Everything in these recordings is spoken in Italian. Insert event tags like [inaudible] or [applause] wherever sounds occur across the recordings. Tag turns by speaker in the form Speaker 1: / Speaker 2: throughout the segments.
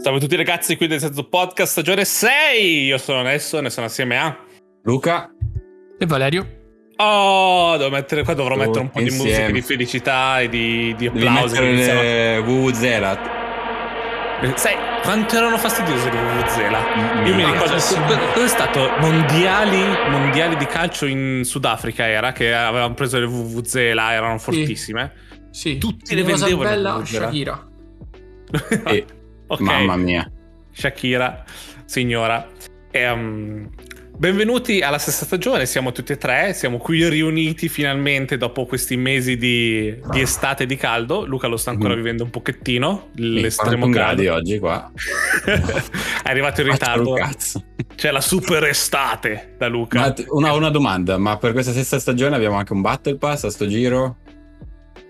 Speaker 1: salve a tutti ragazzi qui del Senso Podcast stagione 6. Io sono Nesson e sono assieme a
Speaker 2: Luca.
Speaker 3: E Valerio.
Speaker 1: Oh, devo mettere, qua dovrò
Speaker 2: Oh,
Speaker 1: mettere un po' di
Speaker 2: insieme.
Speaker 1: musica, di felicità e di, di
Speaker 2: Devi
Speaker 1: applausi.
Speaker 2: mettere
Speaker 1: che iniziano-
Speaker 2: le Vuvuzela.
Speaker 1: Sai quanto erano fastidiosi di Vuvuzela? Io mi
Speaker 2: Mazza,
Speaker 1: ricordo,
Speaker 2: sì.
Speaker 1: cos'è stato? Mondiali, mondiali di calcio in Sudafrica era, che avevano preso le Vuvuzela, erano fortissime.
Speaker 3: Sì.
Speaker 1: Tutti le
Speaker 3: Rosa
Speaker 1: vendevano,
Speaker 3: Bella,
Speaker 1: Luca.
Speaker 3: Shakira.
Speaker 2: Sì,
Speaker 1: [laughs] Ok.
Speaker 2: Mamma mia.
Speaker 1: Shakira, signora. Ehm, benvenuti alla sesta stagione, siamo tutti e tre, siamo qui riuniti finalmente dopo questi mesi di, di estate e di caldo. Luca lo sta ancora
Speaker 2: Mm.
Speaker 1: vivendo un pochettino,
Speaker 2: Sì,
Speaker 1: l'estremo
Speaker 2: 41 eh, gradi
Speaker 1: caldo.
Speaker 2: oggi qua.
Speaker 1: [laughs] È arrivato in
Speaker 2: Faccio
Speaker 1: ritardo,
Speaker 2: un cazzo.
Speaker 1: c'è la super estate da Luca.
Speaker 2: Ma t- una, una domanda, ma per questa stessa stagione abbiamo anche un battle pass a sto giro?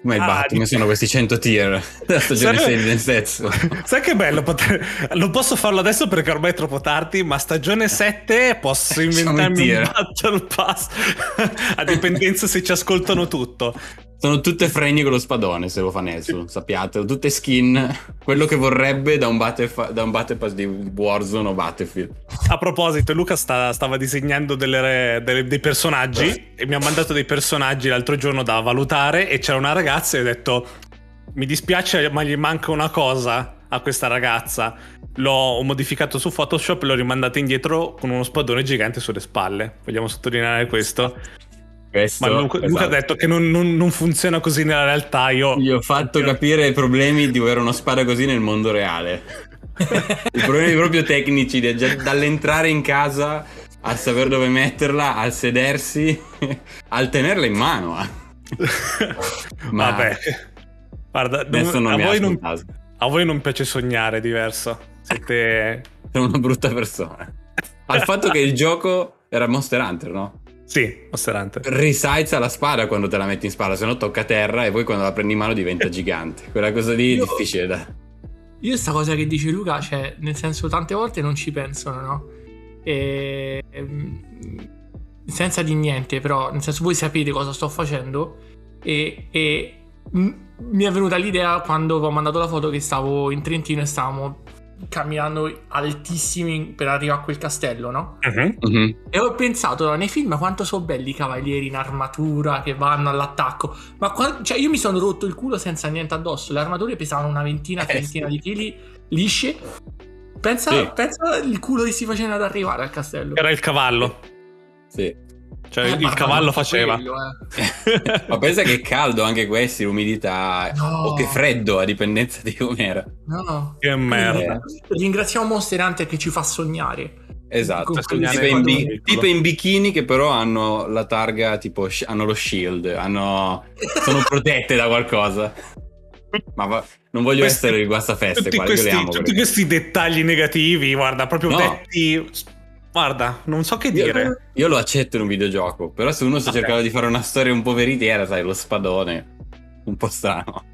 Speaker 2: Come il
Speaker 1: Ah,
Speaker 2: battle? Come
Speaker 1: di-
Speaker 2: sono questi 100 tier? [laughs] La stagione
Speaker 1: Sarebbe-
Speaker 2: 6 del sesso.
Speaker 1: Sai che bello poter... Non posso farlo adesso perché ormai è troppo tardi, ma stagione 7
Speaker 2: [laughs]
Speaker 1: posso
Speaker 2: Siamo in
Speaker 1: inventarmi un
Speaker 2: tier.
Speaker 1: battle pass [laughs] a dipendenza se ci ascoltano tutto.
Speaker 2: Sono tutte freni con lo spadone, se lo fa Nelson, sappiate. Tutte skin, quello che vorrebbe da un battle, fa- da un battle pass di Warzone o Battlefield.
Speaker 1: A proposito, Luca sta- stava disegnando delle- delle- dei personaggi e mi ha mandato dei personaggi l'altro giorno da valutare e c'era una ragazza e ho detto mi dispiace ma gli manca una cosa a questa ragazza. L'ho modificato su Photoshop e l'ho rimandata indietro con uno spadone gigante sulle spalle. Vogliamo sottolineare questo?
Speaker 2: Questo,
Speaker 1: Ma Luca, Luca
Speaker 2: esatto.
Speaker 1: ha detto che non, non- non funziona così nella realtà. Io... [laughs]
Speaker 2: Gli ho fatto capire i problemi di avere una spada così nel mondo reale. I problemi proprio
Speaker 1: [laughs]
Speaker 2: tecnici, de- già dall'entrare in casa al saper dove metterla, al sedersi, al tenerla in mano. ah. Ma-
Speaker 1: Vabbè. Guarda,
Speaker 2: Adesso non
Speaker 1: a,
Speaker 2: mi
Speaker 1: voi
Speaker 2: asco
Speaker 1: non,
Speaker 2: in casa.
Speaker 1: a voi non piace sognare, è diverso. Siete...
Speaker 2: Sono una brutta persona. Al fatto che il gioco era Monster Hunter, no?
Speaker 1: Sì, osserante.
Speaker 2: Risalza la spada quando te la metti in spalla, se no tocca terra e poi quando la prendi in mano diventa gigante. Quella cosa lì è
Speaker 3: Io-
Speaker 2: difficile da...
Speaker 3: Io sta cosa che dice Luca, cioè, nel senso, tante volte non ci pensano, no? E... ehm, Senza di niente, però, nel senso, voi sapete cosa sto facendo e... e m- mi è venuta l'idea quando vi ho mandato la foto che stavo in Trentino e stavamo camminando altissimi per arrivare a quel castello, no?
Speaker 1: Mhm.
Speaker 3: E ho pensato, no, nei film quanto sono belli i cavalieri in armatura che vanno all'attacco. Ma qua- cioè, io mi sono rotto il culo senza niente addosso. Le armature pesavano una ventina,
Speaker 2: Eh,
Speaker 3: trentina di chili lisce. Pensa,
Speaker 2: Sì.
Speaker 3: pensa il culo che si faceva ad arrivare al castello.
Speaker 1: Era il cavallo.
Speaker 2: Sì.
Speaker 1: Cioè,
Speaker 3: Eh,
Speaker 1: il
Speaker 3: guarda,
Speaker 1: cavallo
Speaker 3: non
Speaker 1: faceva.
Speaker 3: quello, eh.
Speaker 2: Ma pensa che è caldo anche questi, l'umidità.
Speaker 3: No.
Speaker 2: O che freddo, a dipendenza di com'era.
Speaker 3: No, no.
Speaker 1: [laughs] che merda.
Speaker 3: Ringraziamo Monster Hunter che ci fa sognare.
Speaker 2: Esatto.
Speaker 3: Con
Speaker 2: Tipo
Speaker 3: questi
Speaker 2: in, bi-
Speaker 1: quadri.
Speaker 2: tipo in bikini che però hanno la targa, tipo sci- hanno lo shield, hanno- sono protette da qualcosa. Ma va- non voglio
Speaker 1: Questi-
Speaker 2: essere il guastafeste
Speaker 1: Tutti,
Speaker 2: qua, io le
Speaker 1: questi,
Speaker 2: amo.
Speaker 1: tutti
Speaker 2: perché-
Speaker 1: questi dettagli negativi, guarda, proprio
Speaker 2: No.
Speaker 1: detti. Guarda, non so che
Speaker 2: Io-
Speaker 1: dire.
Speaker 2: Io lo accetto in un videogioco, però se uno sta
Speaker 1: Vabbè.
Speaker 2: cercando di fare una storia un po' veritiera, sai, lo spadone, un po' strano.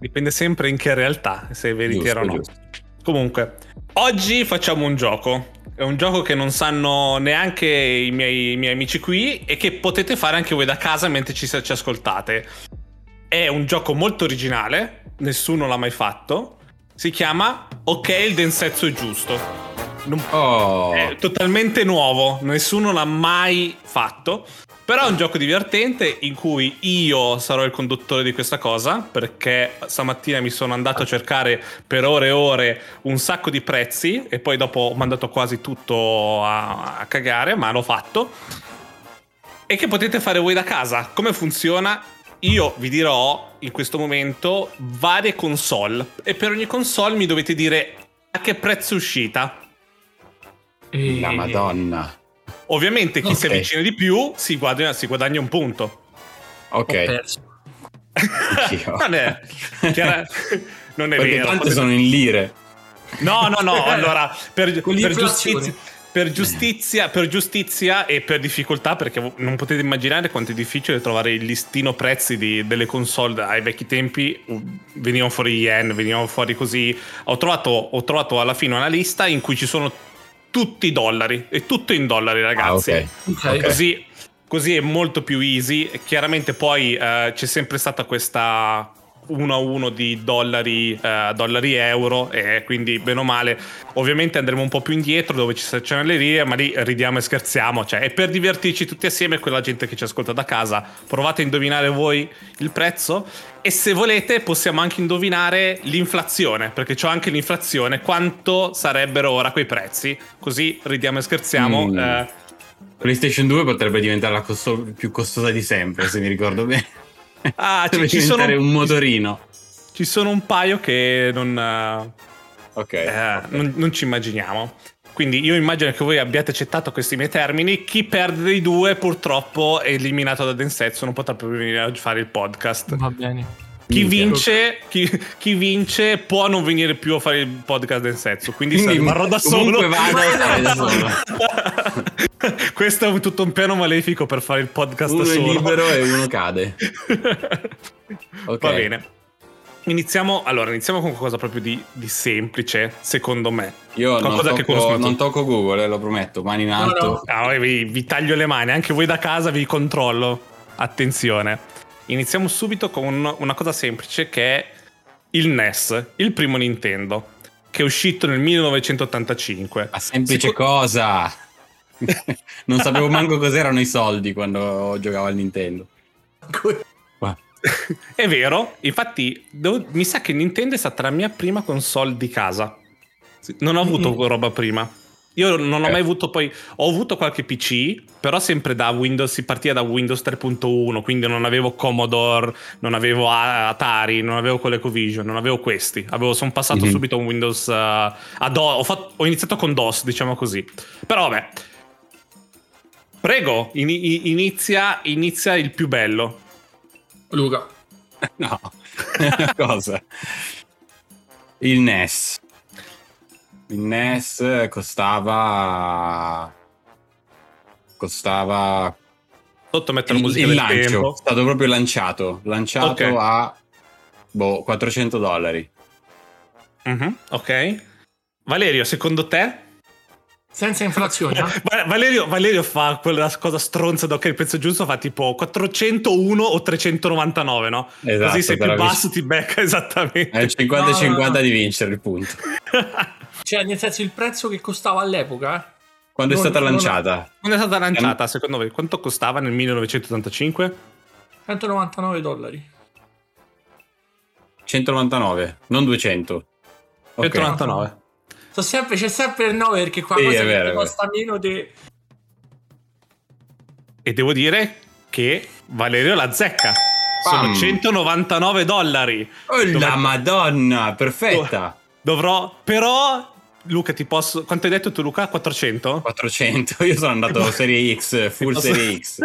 Speaker 1: Dipende sempre in che realtà, se è veritiera o no.
Speaker 2: Giusto, giusto.
Speaker 1: Comunque, oggi facciamo un gioco. È un gioco che non sanno neanche i miei, i miei amici qui e che potete fare anche voi da casa mentre ci, ci ascoltate. È un gioco molto originale, nessuno l'ha mai fatto. Si chiama Ok, il densetso è giusto. Non-
Speaker 2: Oh,
Speaker 1: È totalmente nuovo, nessuno l'ha mai fatto. Però è un gioco divertente in cui io sarò il conduttore di questa cosa perché stamattina mi sono andato a cercare per ore e ore un sacco di prezzi e poi dopo ho mandato quasi tutto a, a cagare, ma l'ho fatto. E che potete fare voi da casa. Come funziona? Io vi dirò in questo momento varie console e per ogni console mi dovete dire a che prezzo è uscita.
Speaker 3: E-
Speaker 2: la madonna.
Speaker 1: Ovviamente chi si
Speaker 2: Ok.
Speaker 1: avvicina di più si guadagna, si guadagna un punto.
Speaker 3: Ho
Speaker 2: Ok.
Speaker 3: perso.
Speaker 1: [laughs]
Speaker 2: Anch'io.
Speaker 1: non è,
Speaker 2: [laughs]
Speaker 1: chiara- non è
Speaker 2: oh. Perché
Speaker 1: vero.
Speaker 2: tante sono in lire.
Speaker 1: No, no,
Speaker 2: [laughs]
Speaker 1: no. Allora, per,
Speaker 3: Con
Speaker 1: per
Speaker 3: l'inflazione.
Speaker 1: giustizia, per, giustizia, per giustizia e per difficoltà, perché vo- non potete immaginare quanto è difficile trovare il listino prezzi di- delle console ai vecchi tempi. Uh, Venivano fuori gli yen, venivano fuori così. Ho trovato, ho trovato alla fine una lista in cui ci sono tutti i dollari. E tutto in dollari, ragazzi.
Speaker 2: Ah, ok.
Speaker 3: Ok.
Speaker 2: Ok.
Speaker 1: Così, così è molto più easy. Chiaramente poi eh, c'è sempre stata questa, uno a uno di dollari, eh, dollari euro e quindi bene o male ovviamente andremo un po' più indietro dove ci saranno le rie ma lì ridiamo e scherziamo cioè è per divertirci tutti assieme quella gente che ci ascolta da casa provate a indovinare voi il prezzo e se volete possiamo anche indovinare l'inflazione perché c'ho anche l'inflazione quanto sarebbero ora quei prezzi così ridiamo e scherziamo
Speaker 2: Mm.
Speaker 1: eh,
Speaker 2: PlayStation 2 potrebbe diventare la costo- più costosa di sempre, se mi ricordo bene.
Speaker 1: Ah, ci-
Speaker 2: Potrebbe
Speaker 1: ci sono-
Speaker 2: diventare un motorino.
Speaker 1: ci sono un paio che non, eh,
Speaker 2: Ok.
Speaker 1: Eh, non, non ci immaginiamo. Quindi io immagino che voi abbiate accettato questi miei termini. Chi perde dei due purtroppo è eliminato da Densetsu, non potrà più venire a fare il podcast.
Speaker 3: Va bene.
Speaker 1: Chi
Speaker 2: Minchia.
Speaker 1: vince, chi, chi vince può non venire più a fare il podcast Densetsu, quindi, se
Speaker 2: Quindi
Speaker 1: rimarrò da solo.
Speaker 2: comunque vado cioè, a stare da solo.
Speaker 1: [laughs] Questo è un- tutto un piano malefico per fare il podcast
Speaker 2: Uno
Speaker 1: da
Speaker 2: è
Speaker 1: solo.
Speaker 2: libero e uno cade. Ok.
Speaker 1: Va bene. Iniziamo, allora, iniziamo con qualcosa proprio di, di semplice, secondo me.
Speaker 2: Io non
Speaker 1: Qualcosa che
Speaker 2: tocco,
Speaker 1: conosco.
Speaker 2: non tocco Google, eh, lo prometto, mani in alto.
Speaker 3: no.
Speaker 1: Ah, ora vi, vi taglio le mani, anche voi da casa vi controllo. Attenzione. Iniziamo subito con una cosa semplice che è il NES, il primo Nintendo, che è uscito nel 1985.
Speaker 2: Ma semplice
Speaker 1: Seco-
Speaker 2: cosa! [laughs] non sapevo manco cos'erano i soldi quando giocavo al Nintendo.
Speaker 1: [laughs] È vero, infatti devo- mi sa che Nintendo è stata la mia prima console di casa. Sì, Non ho avuto
Speaker 3: Mm.
Speaker 1: roba prima. Io non ho
Speaker 2: Eh.
Speaker 1: mai avuto poi... Ho avuto qualche PC, però sempre da Windows, si partiva da Windows 3.1, quindi non avevo Commodore, non avevo A- Atari, non avevo con l'Ecovision, non avevo questi. Avevo, sono passato
Speaker 2: Mhm.
Speaker 1: subito a un Windows... eh, a Do- ho, fatto- ho iniziato con DOS, diciamo così. Però vabbè. Prego, ini- i- inizia, inizia il più bello.
Speaker 3: [laughs] Luca.
Speaker 2: No, [laughs] cosa? Il NES. Il NES costava... Costava...
Speaker 1: Sotto metto la
Speaker 2: Il,
Speaker 1: musica
Speaker 2: il
Speaker 1: del
Speaker 2: lancio.
Speaker 1: tempo.
Speaker 2: È stato proprio lanciato. Lanciato
Speaker 1: Ok.
Speaker 2: a... Boh, 400 dollari.
Speaker 1: Mhm, ok. Valerio, secondo te?
Speaker 3: Senza inflazione. eh?
Speaker 1: Va- Valerio, Valerio fa quella cosa stronza da ok, il prezzo giusto fa tipo 401 o 399, no?
Speaker 2: Esatto, Eh.
Speaker 1: Così se
Speaker 2: te
Speaker 1: più
Speaker 2: l'avessi-
Speaker 1: basso ti becca [laughs] esattamente.
Speaker 2: È il 50-50
Speaker 3: No, no, no.
Speaker 2: di vincere il punto.
Speaker 3: Cioè, nel senso, il prezzo che costava all'epoca, eh?
Speaker 2: Quando è
Speaker 3: Non-
Speaker 2: stata
Speaker 3: non-
Speaker 2: lanciata?
Speaker 1: Quando è stata
Speaker 2: Ehm.
Speaker 1: lanciata, secondo voi, quanto costava nel 1985?
Speaker 3: 199 dollari.
Speaker 2: 199, non 200. Ok.
Speaker 1: 199.
Speaker 3: So sempre, c'è sempre il 9 perché qua
Speaker 2: Sì,
Speaker 3: cosa
Speaker 2: è
Speaker 3: che
Speaker 2: vero,
Speaker 3: ti
Speaker 2: è
Speaker 3: costa meno di...
Speaker 1: E devo dire che Valerio la zecca. Sono
Speaker 2: Pam.
Speaker 1: 199 dollari.
Speaker 2: Oh, la
Speaker 1: Dov'è-
Speaker 2: madonna, perfetta.
Speaker 1: Dovrò, però... Luca, ti posso... Quanto hai detto tu, Luca? 400?
Speaker 2: 400, [laughs] io sono andato serie X, full
Speaker 1: Posso-
Speaker 2: serie X.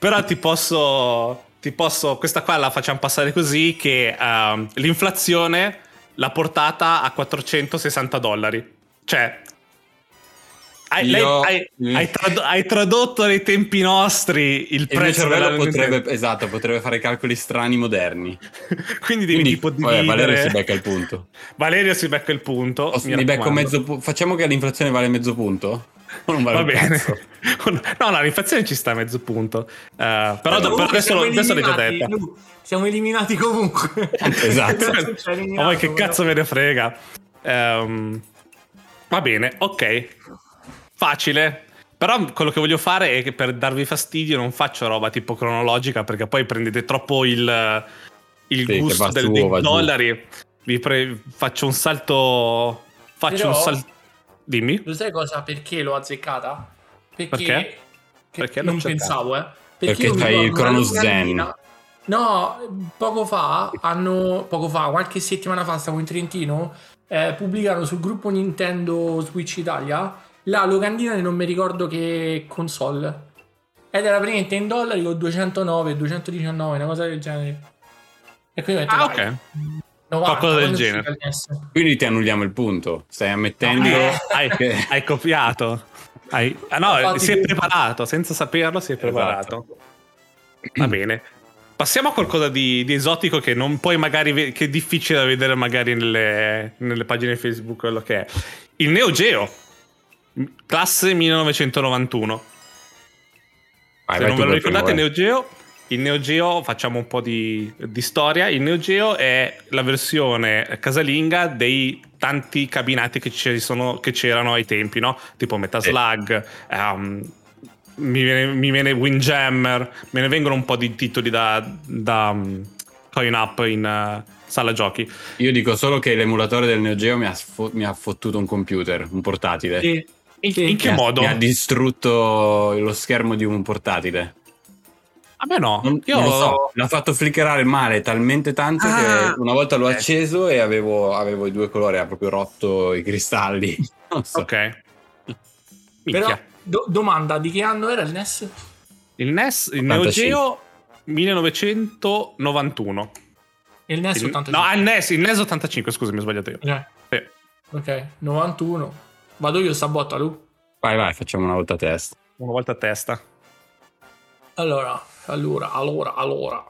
Speaker 1: [laughs] Però ti posso, ti posso. Questa qua la facciamo passare così: che ehm, l'inflazione l'ha portata a 460 dollari. Cioè. Hai, lei-
Speaker 2: Io-
Speaker 1: hai- hai trad- hai tradotto nei tempi nostri il
Speaker 2: E il mio
Speaker 1: prezzo
Speaker 2: cervello
Speaker 1: della-
Speaker 2: potrebbe, esatto, potrebbe fare calcoli strani moderni.
Speaker 1: [laughs] Quindi devi
Speaker 2: Quindi,
Speaker 1: tipo
Speaker 2: vabbè,
Speaker 1: dividere.
Speaker 2: Valerio si becca il punto.
Speaker 1: Valerio si becca il punto.
Speaker 2: O-
Speaker 1: [laughs] mi
Speaker 2: mi becco
Speaker 1: raccomando.
Speaker 2: mezzo pu- Facciamo che l'inflazione vale mezzo punto? [laughs] O Non vale
Speaker 1: Va
Speaker 2: un
Speaker 1: bene.
Speaker 2: cazzo?
Speaker 1: [laughs] No, no, l'inflazione ci sta a mezzo punto. Eh, però
Speaker 2: Allora,
Speaker 1: però
Speaker 3: Comunque
Speaker 1: adesso,
Speaker 3: siamo
Speaker 1: adesso l'hai già
Speaker 3: eliminati,
Speaker 1: detta.
Speaker 3: Lu, siamo eliminati comunque.
Speaker 2: Esatto.
Speaker 3: Non c'è eliminato,
Speaker 1: Ma voi che
Speaker 3: però.
Speaker 1: cazzo me ne frega? Ehm, va bene, ok. Facile. Però quello che voglio fare è che per darvi fastidio non faccio roba tipo cronologica perché poi prendete troppo il, il
Speaker 2: Sì, che
Speaker 1: gusto
Speaker 2: va
Speaker 1: del,
Speaker 2: su,
Speaker 1: dei
Speaker 2: va giù.
Speaker 1: dollari. Vi pre- faccio un salto... Faccio
Speaker 3: Però-
Speaker 1: un salto... Dimmi.
Speaker 3: Lo sai cosa? Perché l'ho azzeccata? Perché?
Speaker 1: Perché? Perché l'ho
Speaker 3: non
Speaker 1: azzeccata?
Speaker 3: pensavo, eh.
Speaker 2: Perché
Speaker 3: io mi
Speaker 2: fai il
Speaker 3: ricordo una
Speaker 2: Cronos
Speaker 3: locandina-
Speaker 2: Zen.
Speaker 3: No, poco fa hanno poco fa, qualche settimana fa stavo in Trentino, eh, pubblicarono sul gruppo Nintendo Switch Italia la locandina di non mi ricordo che console. Ed era praticamente in dollari con 209, 219, una cosa del genere. E quindi ho detto,
Speaker 1: Ah,
Speaker 3: dai,
Speaker 1: ok.
Speaker 3: 90,
Speaker 1: Qualcosa del
Speaker 3: quando uscirà
Speaker 1: genere.
Speaker 3: adesso?
Speaker 2: Quindi ti annulliamo il punto. Stai ammettendo... Esatto.
Speaker 1: Quindi
Speaker 3: Eh.
Speaker 1: hai,
Speaker 2: che-
Speaker 1: hai copiato. Hai- ah no,
Speaker 3: Infatti-
Speaker 1: si è preparato, senza saperlo si è
Speaker 2: Esatto.
Speaker 1: preparato. Va bene. Passiamo a qualcosa di, di esotico che non puoi magari ve- che è difficile da vedere magari nelle, nelle pagine Facebook quello che è. Il Neo Geo, m- classe 1991.
Speaker 2: Vai,
Speaker 1: Se
Speaker 2: vai
Speaker 1: non ve lo
Speaker 2: tu per primo,
Speaker 1: ricordate,
Speaker 2: vai.
Speaker 1: Neo Geo Il Neo Geo, facciamo un po' di, di storia, il Neo Geo è la versione casalinga dei tanti cabinati che, ci sono- che c'erano ai tempi, no? Tipo Metal
Speaker 2: Sì.
Speaker 1: Slug, ehm, mi, viene, mi viene Windjammer, me ne vengono un po' di titoli da, da mm, coin up in eh, sala giochi.
Speaker 2: Io dico solo che l'emulatore del Neo Geo mi ha, sfo- mi ha fottuto un computer, un portatile.
Speaker 3: Sì, sì.
Speaker 1: in che
Speaker 2: Mi ha-
Speaker 1: modo?
Speaker 2: Mi ha distrutto lo schermo di un portatile.
Speaker 1: A me no,
Speaker 2: Non,
Speaker 1: io
Speaker 2: non lo so, l'ha fatto flickerare male talmente tanto
Speaker 1: Ah.
Speaker 2: che una volta l'ho
Speaker 1: Ok.
Speaker 2: acceso e avevo, avevo i due colori, ha proprio rotto i cristalli. [laughs] Non so.
Speaker 1: Ok.
Speaker 3: Però,
Speaker 1: Minchia.
Speaker 3: do- domanda, di che anno era il NES?
Speaker 1: Il NES, il Neo
Speaker 2: 85.
Speaker 1: Geo 1991.
Speaker 3: Il NES
Speaker 1: Il-
Speaker 3: 85.
Speaker 1: no, ah, il NES, il NES 85, scusami, ho sbagliato io.
Speaker 3: Eh,
Speaker 1: Sì.
Speaker 3: ok, 91. Vado io sta botta, Lu.
Speaker 2: Vai, vai, facciamo una volta a testa.
Speaker 1: Una volta a testa.
Speaker 3: Allora, allora, allora, allora.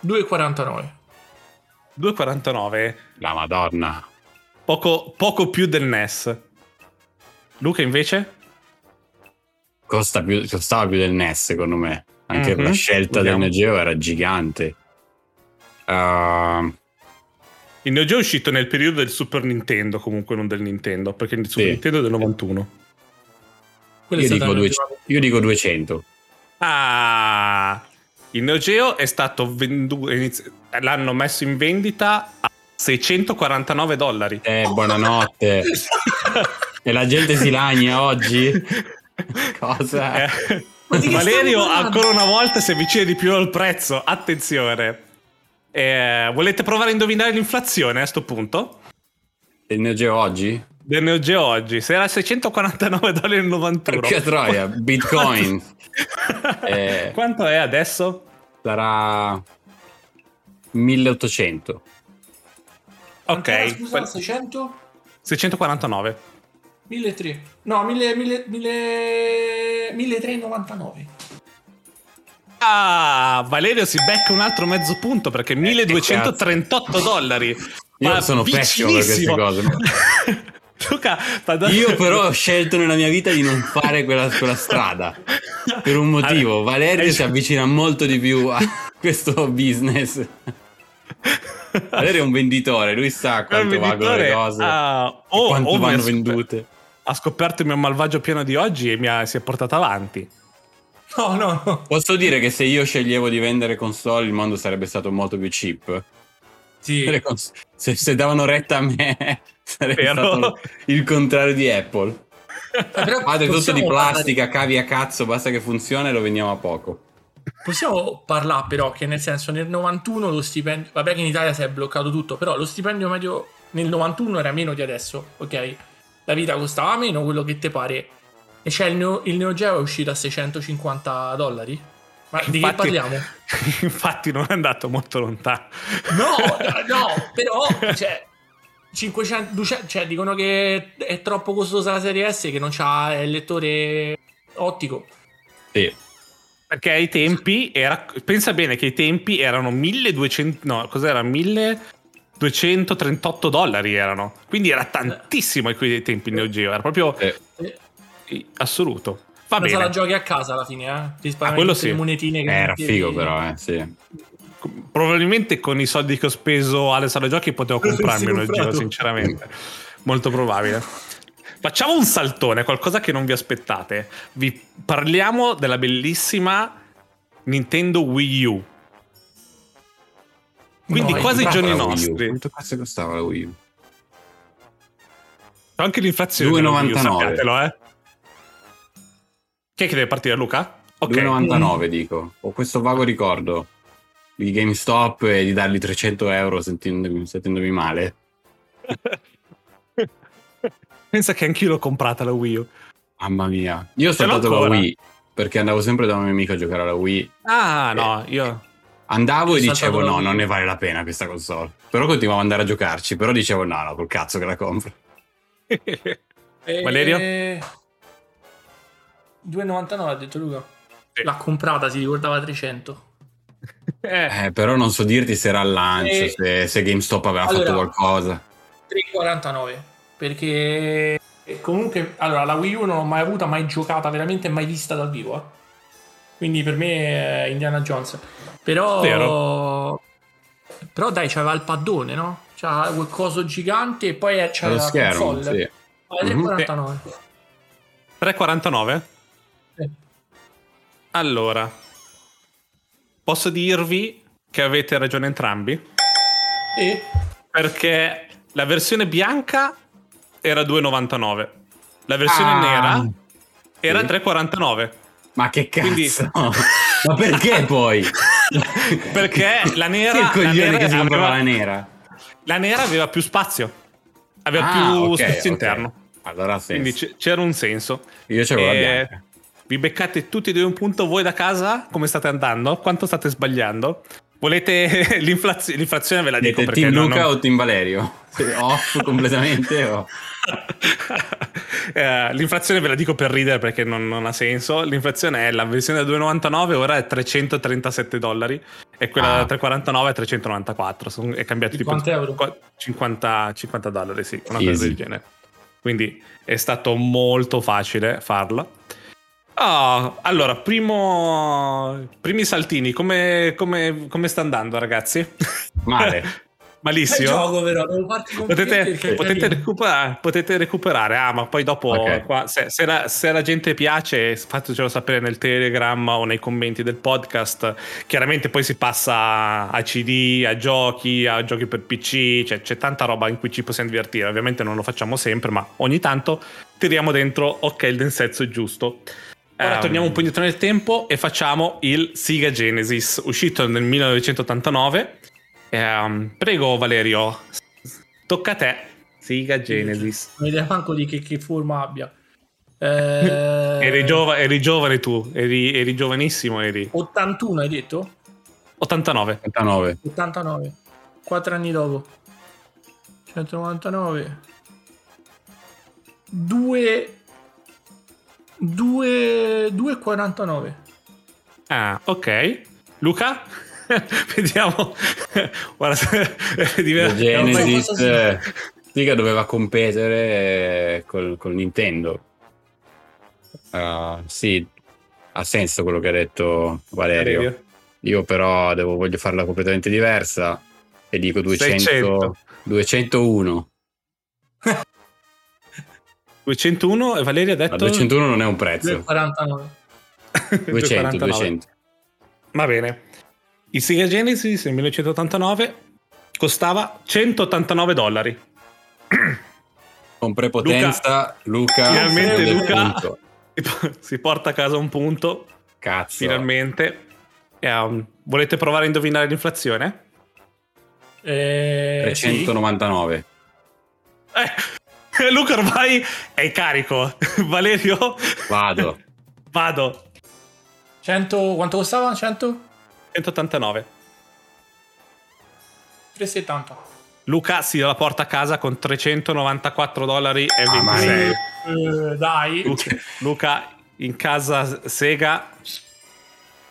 Speaker 3: 2,49.
Speaker 1: 2,49,
Speaker 2: La Madonna.
Speaker 1: poco, poco più del NES. Luca invece?
Speaker 2: Costa più- costava più del NES, secondo me. Anche
Speaker 1: Mhm.
Speaker 2: la scelta del
Speaker 1: Vediamo.
Speaker 2: Neo Geo era gigante. Ehm,
Speaker 1: Il Neo Geo è uscito nel periodo del Super Nintendo, comunque non del Nintendo, perché il Super
Speaker 2: Sì.
Speaker 1: Nintendo è del 91.
Speaker 3: Quella
Speaker 2: io,
Speaker 3: è stata
Speaker 2: dico
Speaker 3: la mia
Speaker 2: duec-
Speaker 3: prima-
Speaker 2: io dico 200.
Speaker 1: Ah! Il Neo Geo è stato venduto, inizi- l'hanno messo in vendita a 649 dollari.
Speaker 2: Eh,
Speaker 1: [laughs]
Speaker 2: buonanotte. e la gente si lagna oggi? Cosa?
Speaker 1: Eh,
Speaker 3: Ma di che
Speaker 1: Valerio
Speaker 3: stiamo parlando?
Speaker 1: ancora una volta si avvicina di più al prezzo, attenzione. Eh, volete provare a indovinare l'inflazione a sto punto?
Speaker 2: Il Neo Geo oggi?
Speaker 1: Del Neo Geo oggi, se era 649 dollari e 91.
Speaker 2: Porca troia,
Speaker 1: [laughs]
Speaker 2: Bitcoin. Eh.
Speaker 1: Quanto è adesso?
Speaker 2: Sarà 1800.
Speaker 3: Ancora,
Speaker 1: Ok,
Speaker 3: Scusa, 600?
Speaker 1: 649.
Speaker 3: 1300. No, 1000, 1000, 1000, 1399.
Speaker 1: Ah, Valerio si becca un altro mezzo punto perché 1238 dollari.
Speaker 2: Eh, Io
Speaker 1: Ma
Speaker 2: sono pessimo per queste
Speaker 1: vicinissimo.
Speaker 2: cose.
Speaker 1: [laughs] Luca, sta dando-
Speaker 2: Io però ho scelto nella mia vita di non fare quella, quella strada. Per un motivo.
Speaker 1: Allora,
Speaker 2: Valerio
Speaker 1: hai-
Speaker 2: si avvicina molto di più a questo business. Valerio è un venditore, lui sa quanto
Speaker 1: Il
Speaker 2: valgono le
Speaker 1: venditore
Speaker 2: cose.
Speaker 1: ha-
Speaker 2: e
Speaker 1: oh,
Speaker 2: quanto
Speaker 1: oh, mi
Speaker 2: vanno
Speaker 1: aspe-
Speaker 2: vendute.
Speaker 1: [laughs] Ha scoperto il mio malvagio piano di oggi e mi ha- si è portato avanti.
Speaker 3: No, no, no.
Speaker 2: Posso dire che se io sceglievo di vendere console, il mondo sarebbe stato molto più cheap. Le
Speaker 3: Sì.
Speaker 2: cons- Se, se davano retta a me, [laughs] sarebbe
Speaker 1: Vero.
Speaker 2: stato il contrario di Apple.
Speaker 3: Però
Speaker 2: Fate tutto
Speaker 3: possiamo
Speaker 2: di
Speaker 3: parlare-
Speaker 2: plastica, cavi a cazzo, basta che funziona e lo vendiamo a poco.
Speaker 3: Possiamo parlare però che nel senso nel 91 lo stipendio, vabbè che in Italia si è bloccato tutto, però lo stipendio medio nel 91 era meno di adesso, ok? La vita costava meno, quello che te pare. E c'è il Neo, il Neo Geo è uscito a 650 dollari? Ma di che
Speaker 1: Infatti-
Speaker 3: parliamo?
Speaker 1: [laughs] Infatti non è andato molto lontano. [laughs]
Speaker 3: No, no, però cioè, 500, 200, cioè dicono che è troppo costosa la serie S che non c'ha il lettore ottico.
Speaker 2: Sì.
Speaker 1: Perché ai tempi era. Pensa bene che ai tempi erano 1200. No, cos'era? 1238 dollari erano. Quindi era tantissimo ai quei tempi il Neo Geo. Era proprio
Speaker 2: Eh,
Speaker 3: Eh,
Speaker 1: assoluto. Va
Speaker 3: Però se la
Speaker 1: bene.
Speaker 3: giochi a casa alla fine, eh? Ti
Speaker 1: Ah,
Speaker 3: spari
Speaker 1: quello
Speaker 3: tutte le
Speaker 1: sì. Eh,
Speaker 3: monetine che
Speaker 2: era
Speaker 3: mettevi.
Speaker 2: figo però, eh, sì.
Speaker 1: Probabilmente con i soldi che ho speso alle sale giochi potevo
Speaker 3: Avresti
Speaker 1: comprarmi un Neo Geo,
Speaker 3: comprato.
Speaker 1: sinceramente. Molto probabile. Facciamo un saltone, qualcosa che non vi aspettate. Vi parliamo della bellissima Nintendo Wii U. Quindi
Speaker 3: No,
Speaker 1: quasi i
Speaker 2: Comprava
Speaker 1: giorni
Speaker 2: la Wii U.
Speaker 1: nostri.
Speaker 2: Quanto cazzo costava la Wii U?
Speaker 1: C'è anche l'inflazione.
Speaker 2: 2,99.
Speaker 1: Dio, sappiatelo, eh. Chi è che deve partire, Luca? Ok.
Speaker 2: 2,99 dico. Ho questo vago ricordo di GameStop e di dargli 300 euro sentendomi, sentendomi male.
Speaker 1: [laughs] Pensa che anch'io l'ho comprata la Wii U.
Speaker 2: Mamma mia. Io ho
Speaker 1: Ce l'ho
Speaker 2: saltato la
Speaker 1: ancora.
Speaker 2: Wii perché andavo sempre da un mio amico a giocare alla Wii
Speaker 1: Ah, no, io.
Speaker 2: Andavo
Speaker 3: Io
Speaker 2: e
Speaker 3: sono
Speaker 2: dicevo
Speaker 3: andato da
Speaker 2: no,
Speaker 3: lui.
Speaker 2: non ne vale la pena questa console. Però continuavo ad andare a giocarci, però dicevo no, no, col cazzo che la compro.
Speaker 3: Eh,
Speaker 1: Valerio?
Speaker 3: 2,99 ha detto Luca.
Speaker 1: Sì.
Speaker 3: L'ha comprata, si ricordava 300.
Speaker 1: Eh,
Speaker 2: Eh, però non so dirti se era al lancio,
Speaker 3: Eh,
Speaker 2: se, se GameStop aveva
Speaker 3: allora-
Speaker 2: fatto qualcosa.
Speaker 3: 3,49 perché eh, comunque allora la Wii U non l'ho mai avuta, mai giocata, veramente mai vista dal vivo. eh. Quindi per me è Indiana Jones. Però...
Speaker 1: Vero.
Speaker 3: Però dai, c'aveva il paddone, no? C'era quel coso gigante e poi c'era
Speaker 2: Lo
Speaker 3: la
Speaker 2: schermo,
Speaker 3: console.
Speaker 2: sì.
Speaker 3: Ah,
Speaker 1: Mhm.
Speaker 3: 3,49.
Speaker 1: 3,49?
Speaker 3: Sì.
Speaker 1: Allora, posso dirvi che avete ragione entrambi?
Speaker 3: E
Speaker 1: Perché la versione bianca era 2,99. La versione
Speaker 2: Ah.
Speaker 1: nera era
Speaker 2: Sì.
Speaker 1: 3,49.
Speaker 2: Ma che cazzo? [laughs]
Speaker 1: Quindi-
Speaker 2: Ma perché poi?
Speaker 1: [laughs] Perché la nera- la
Speaker 2: Che coglione
Speaker 1: nera
Speaker 2: che si
Speaker 1: aveva-
Speaker 2: comprava la nera.
Speaker 1: La nera aveva più spazio, aveva
Speaker 2: Ah,
Speaker 1: più
Speaker 2: ok,
Speaker 1: spazio
Speaker 2: ok.
Speaker 1: interno.
Speaker 2: Allora ha senso.
Speaker 1: Quindi c- c'era un senso.
Speaker 2: Io c'avevo
Speaker 1: Eh,
Speaker 2: la bianca.
Speaker 1: Vi beccate tutti e due un punto voi da casa? Come state andando? Quanto state sbagliando? Volete [laughs] l'inflazio- l'inflazione? Ve la dico
Speaker 2: Siete
Speaker 1: perché
Speaker 2: team
Speaker 1: no,
Speaker 2: Luca
Speaker 1: no.
Speaker 2: o
Speaker 1: [laughs]
Speaker 2: team Valerio? Se Off completamente o...
Speaker 1: [laughs] Eh, l'inflazione ve la dico per ridere perché non, non ha senso. L'inflazione è la versione da 2,99 ora è 337 dollari e quella
Speaker 2: Ah.
Speaker 1: da 3,49 è 394. Son- è cambiato tipo
Speaker 3: 50 euro.
Speaker 1: qua- 50, 50 dollari, sì, una cosa
Speaker 2: Easy.
Speaker 1: del genere. Quindi è stato molto facile farla. Ah, allora, primo, primi saltini, come, come- come sta andando ragazzi? [laughs]
Speaker 2: Male.
Speaker 3: Bel
Speaker 1: Malissimo.
Speaker 3: gioco però, devo farti complimenti
Speaker 1: Potete,
Speaker 3: perché è
Speaker 1: potete
Speaker 3: carino.
Speaker 1: recuperare, potete recuperare, ah, ma poi dopo,
Speaker 2: Ok.
Speaker 1: qua, se, se la, se la gente piace, fatecelo sapere nel Telegram o nei commenti del podcast. Chiaramente poi si passa a CD, a giochi, a giochi per PC, cioè c'è tanta roba in cui ci possiamo divertire. Ovviamente non lo facciamo sempre, ma ogni tanto tiriamo dentro, ok, il densetso giusto. Ora
Speaker 2: Ehm.
Speaker 1: torniamo un po' indietro nel tempo e facciamo il Sega Genesis, uscito nel 1989. Ehm, prego Valerio, tocca a te. Sega Genesis.
Speaker 3: Non ho idea manco di che, che forma
Speaker 2: [laughs]
Speaker 3: abbia. Eh,
Speaker 1: Eri, giova- eri giovane tu, eri, eri giovanissimo, eri
Speaker 3: 81 hai detto?
Speaker 1: 89.
Speaker 2: 39.
Speaker 3: 89. 4 anni dopo. 199. 2 2 2,49.
Speaker 1: Ah, ok. Luca? [laughs] Vediamo. [laughs] Guarda, se- è
Speaker 2: La
Speaker 1: diver-
Speaker 2: Genesis
Speaker 3: ormai-
Speaker 2: eh, Sega doveva competere eh, col, col Nintendo. Ah, sì, ha senso quello che ha detto Valerio. Io però devo- voglio farla completamente diversa e dico 200,
Speaker 1: 600.
Speaker 2: 201.
Speaker 1: 201 e Valerio ha
Speaker 2: Ma
Speaker 1: detto [laughs]
Speaker 2: 201 non è un prezzo.
Speaker 3: 2,49.
Speaker 2: 200,
Speaker 1: 249.
Speaker 2: 200.
Speaker 1: Va bene. Il Sega Genesis nel 1989 costava 189 dollari.
Speaker 2: Con prepotenza Luca,
Speaker 1: Finalmente
Speaker 2: prende il
Speaker 1: Luca.
Speaker 2: punto.
Speaker 1: Si porta a casa un punto,
Speaker 2: Cazzo.
Speaker 1: finalmente. Ehm, volete provare a indovinare l'inflazione?
Speaker 3: Eh, sì.
Speaker 2: 399.
Speaker 1: Eh, [laughs] Luca ormai è carico. [laughs] Valerio,
Speaker 2: Vado.
Speaker 1: vado.
Speaker 3: 100 quanto costava? 100?
Speaker 1: 189.
Speaker 3: 3,70.
Speaker 1: Luca si la porta a casa con 394 dollari e
Speaker 2: Ah, ma-
Speaker 1: 26.
Speaker 3: Eh, dai.
Speaker 1: Luca, Luca in casa Sega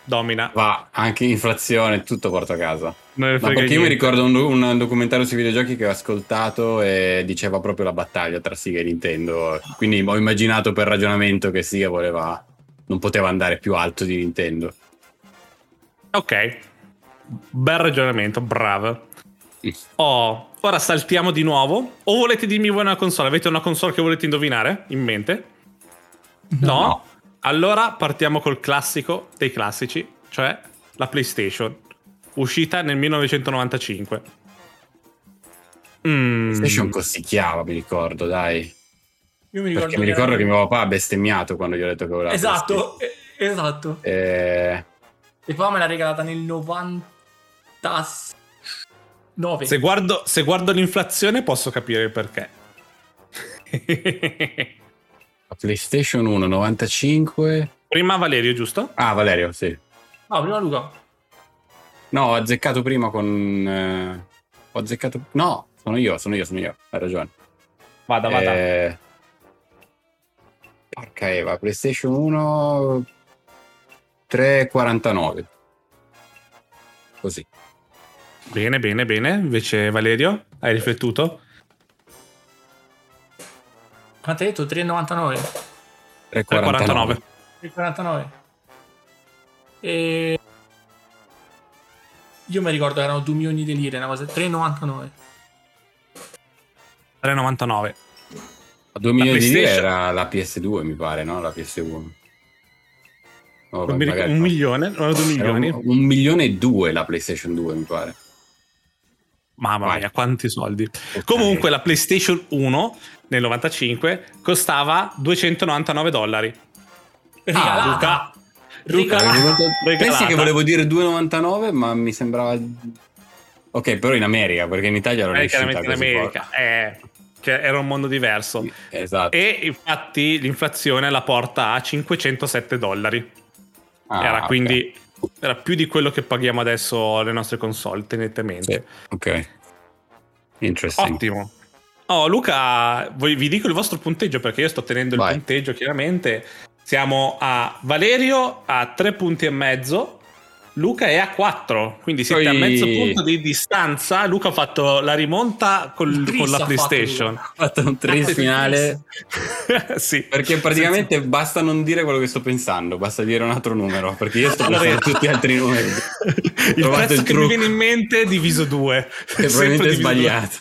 Speaker 1: domina.
Speaker 2: Va, anche inflazione, tutto porto a casa.
Speaker 1: Non ne
Speaker 2: Ma
Speaker 1: frega
Speaker 2: perché io mi
Speaker 1: niente.
Speaker 2: ricordo un, do- un documentario sui videogiochi che ho ascoltato e diceva proprio la battaglia tra Sega e Nintendo. Quindi ho immaginato per ragionamento che Sega voleva. Non poteva andare più alto di Nintendo.
Speaker 1: Ok, bel ragionamento, bravo. Oh, ora saltiamo di nuovo. O volete dirmi voi una console? Avete una console che volete indovinare in mente? No?
Speaker 2: No.
Speaker 1: Allora partiamo col classico dei classici, cioè la PlayStation, uscita nel 1995. Mm.
Speaker 2: PlayStation costicchiava, mi ricordo, dai.
Speaker 3: Io mi
Speaker 2: Perché mi ricordo che mio papà ha bestemmiato quando gli ho detto che voleva.
Speaker 3: Esatto, eh, esatto.
Speaker 2: questi. Eh,
Speaker 3: E poi me l'ha regalata nel 99.
Speaker 1: Se guardo, se guardo l'inflazione posso capire il perché.
Speaker 2: la PlayStation 1, 95.
Speaker 1: [laughs] Prima Valerio, giusto?
Speaker 2: Ah, Valerio, sì.
Speaker 3: No, prima Luca.
Speaker 2: No, ho azzeccato prima con. eh, ho azzeccato. No, sono io, sono io, sono io. Hai ragione.
Speaker 1: Vada, vada.
Speaker 2: Eh, Porca Eva, PlayStation 1 349. Così.
Speaker 1: Bene, bene, bene. Invece Valerio, hai riflettuto?
Speaker 3: Quanto
Speaker 2: Eh,
Speaker 3: hai detto? 3,99.
Speaker 2: 349.
Speaker 1: 3,49.
Speaker 3: 3,49. E... Io mi ricordo erano 2 milioni di lire, una cosa 3,99.
Speaker 1: 3,99.
Speaker 2: A 2 milioni di lire
Speaker 1: PlayStation.
Speaker 2: era la PS2, mi pare, no? La PS1. Oh,
Speaker 1: Non mi ricordo-
Speaker 2: magari
Speaker 1: un
Speaker 2: no. Eh,
Speaker 1: milione, non due
Speaker 2: Era
Speaker 1: milioni.
Speaker 2: Un, un milione e due la PlayStation 2, mi pare.
Speaker 1: Mamma
Speaker 2: Vai.
Speaker 1: mia, quanti soldi. Comunque la PlayStation 1 nel 95 costava 299 dollari.
Speaker 3: Regalata.
Speaker 1: Luca. Luca,
Speaker 3: Regalata.
Speaker 2: Ah. Eh, Pensi
Speaker 1: [laughs] regalata.
Speaker 2: che volevo dire 2,99, ma mi sembrava... Ok, però in America, perché in Italia non è
Speaker 1: Eh,
Speaker 2: uscita
Speaker 1: chiaramente in
Speaker 2: così
Speaker 1: America. Eh, cioè, era un mondo diverso.
Speaker 2: forte. Esatto.
Speaker 1: E infatti l'inflazione la porta a 507 dollari.
Speaker 2: Ah,
Speaker 1: era
Speaker 2: ok.
Speaker 1: quindi era più di quello che paghiamo adesso le nostre console, tendentemente.
Speaker 2: Sì, Ok. Interesting.
Speaker 1: Ottimo. Oh, Luca, voi- vi dico il vostro punteggio perché io sto tenendo il
Speaker 2: Vai.
Speaker 1: punteggio chiaramente. Siamo a Valerio a 3 punti e mezzo, Luca è a 4, quindi siete a
Speaker 2: Oi.
Speaker 1: mezzo punto di distanza. Luca ha fatto la rimonta col-
Speaker 3: Tris
Speaker 1: con la
Speaker 3: ha fatto
Speaker 1: PlayStation. [laughs]
Speaker 3: Luca.
Speaker 2: Ho fatto un tris finale
Speaker 1: sì.
Speaker 2: perché praticamente basta non dire quello che sto pensando, basta dire un altro numero,
Speaker 1: [laughs]
Speaker 2: perché io sto
Speaker 1: Allora,
Speaker 2: pensando a tutti gli altri numeri.
Speaker 1: il
Speaker 2: Trovate
Speaker 1: prezzo
Speaker 2: il
Speaker 1: che mi
Speaker 2: trucco.
Speaker 1: viene in mente è diviso 2.
Speaker 2: Che probabilmente è sbagliato.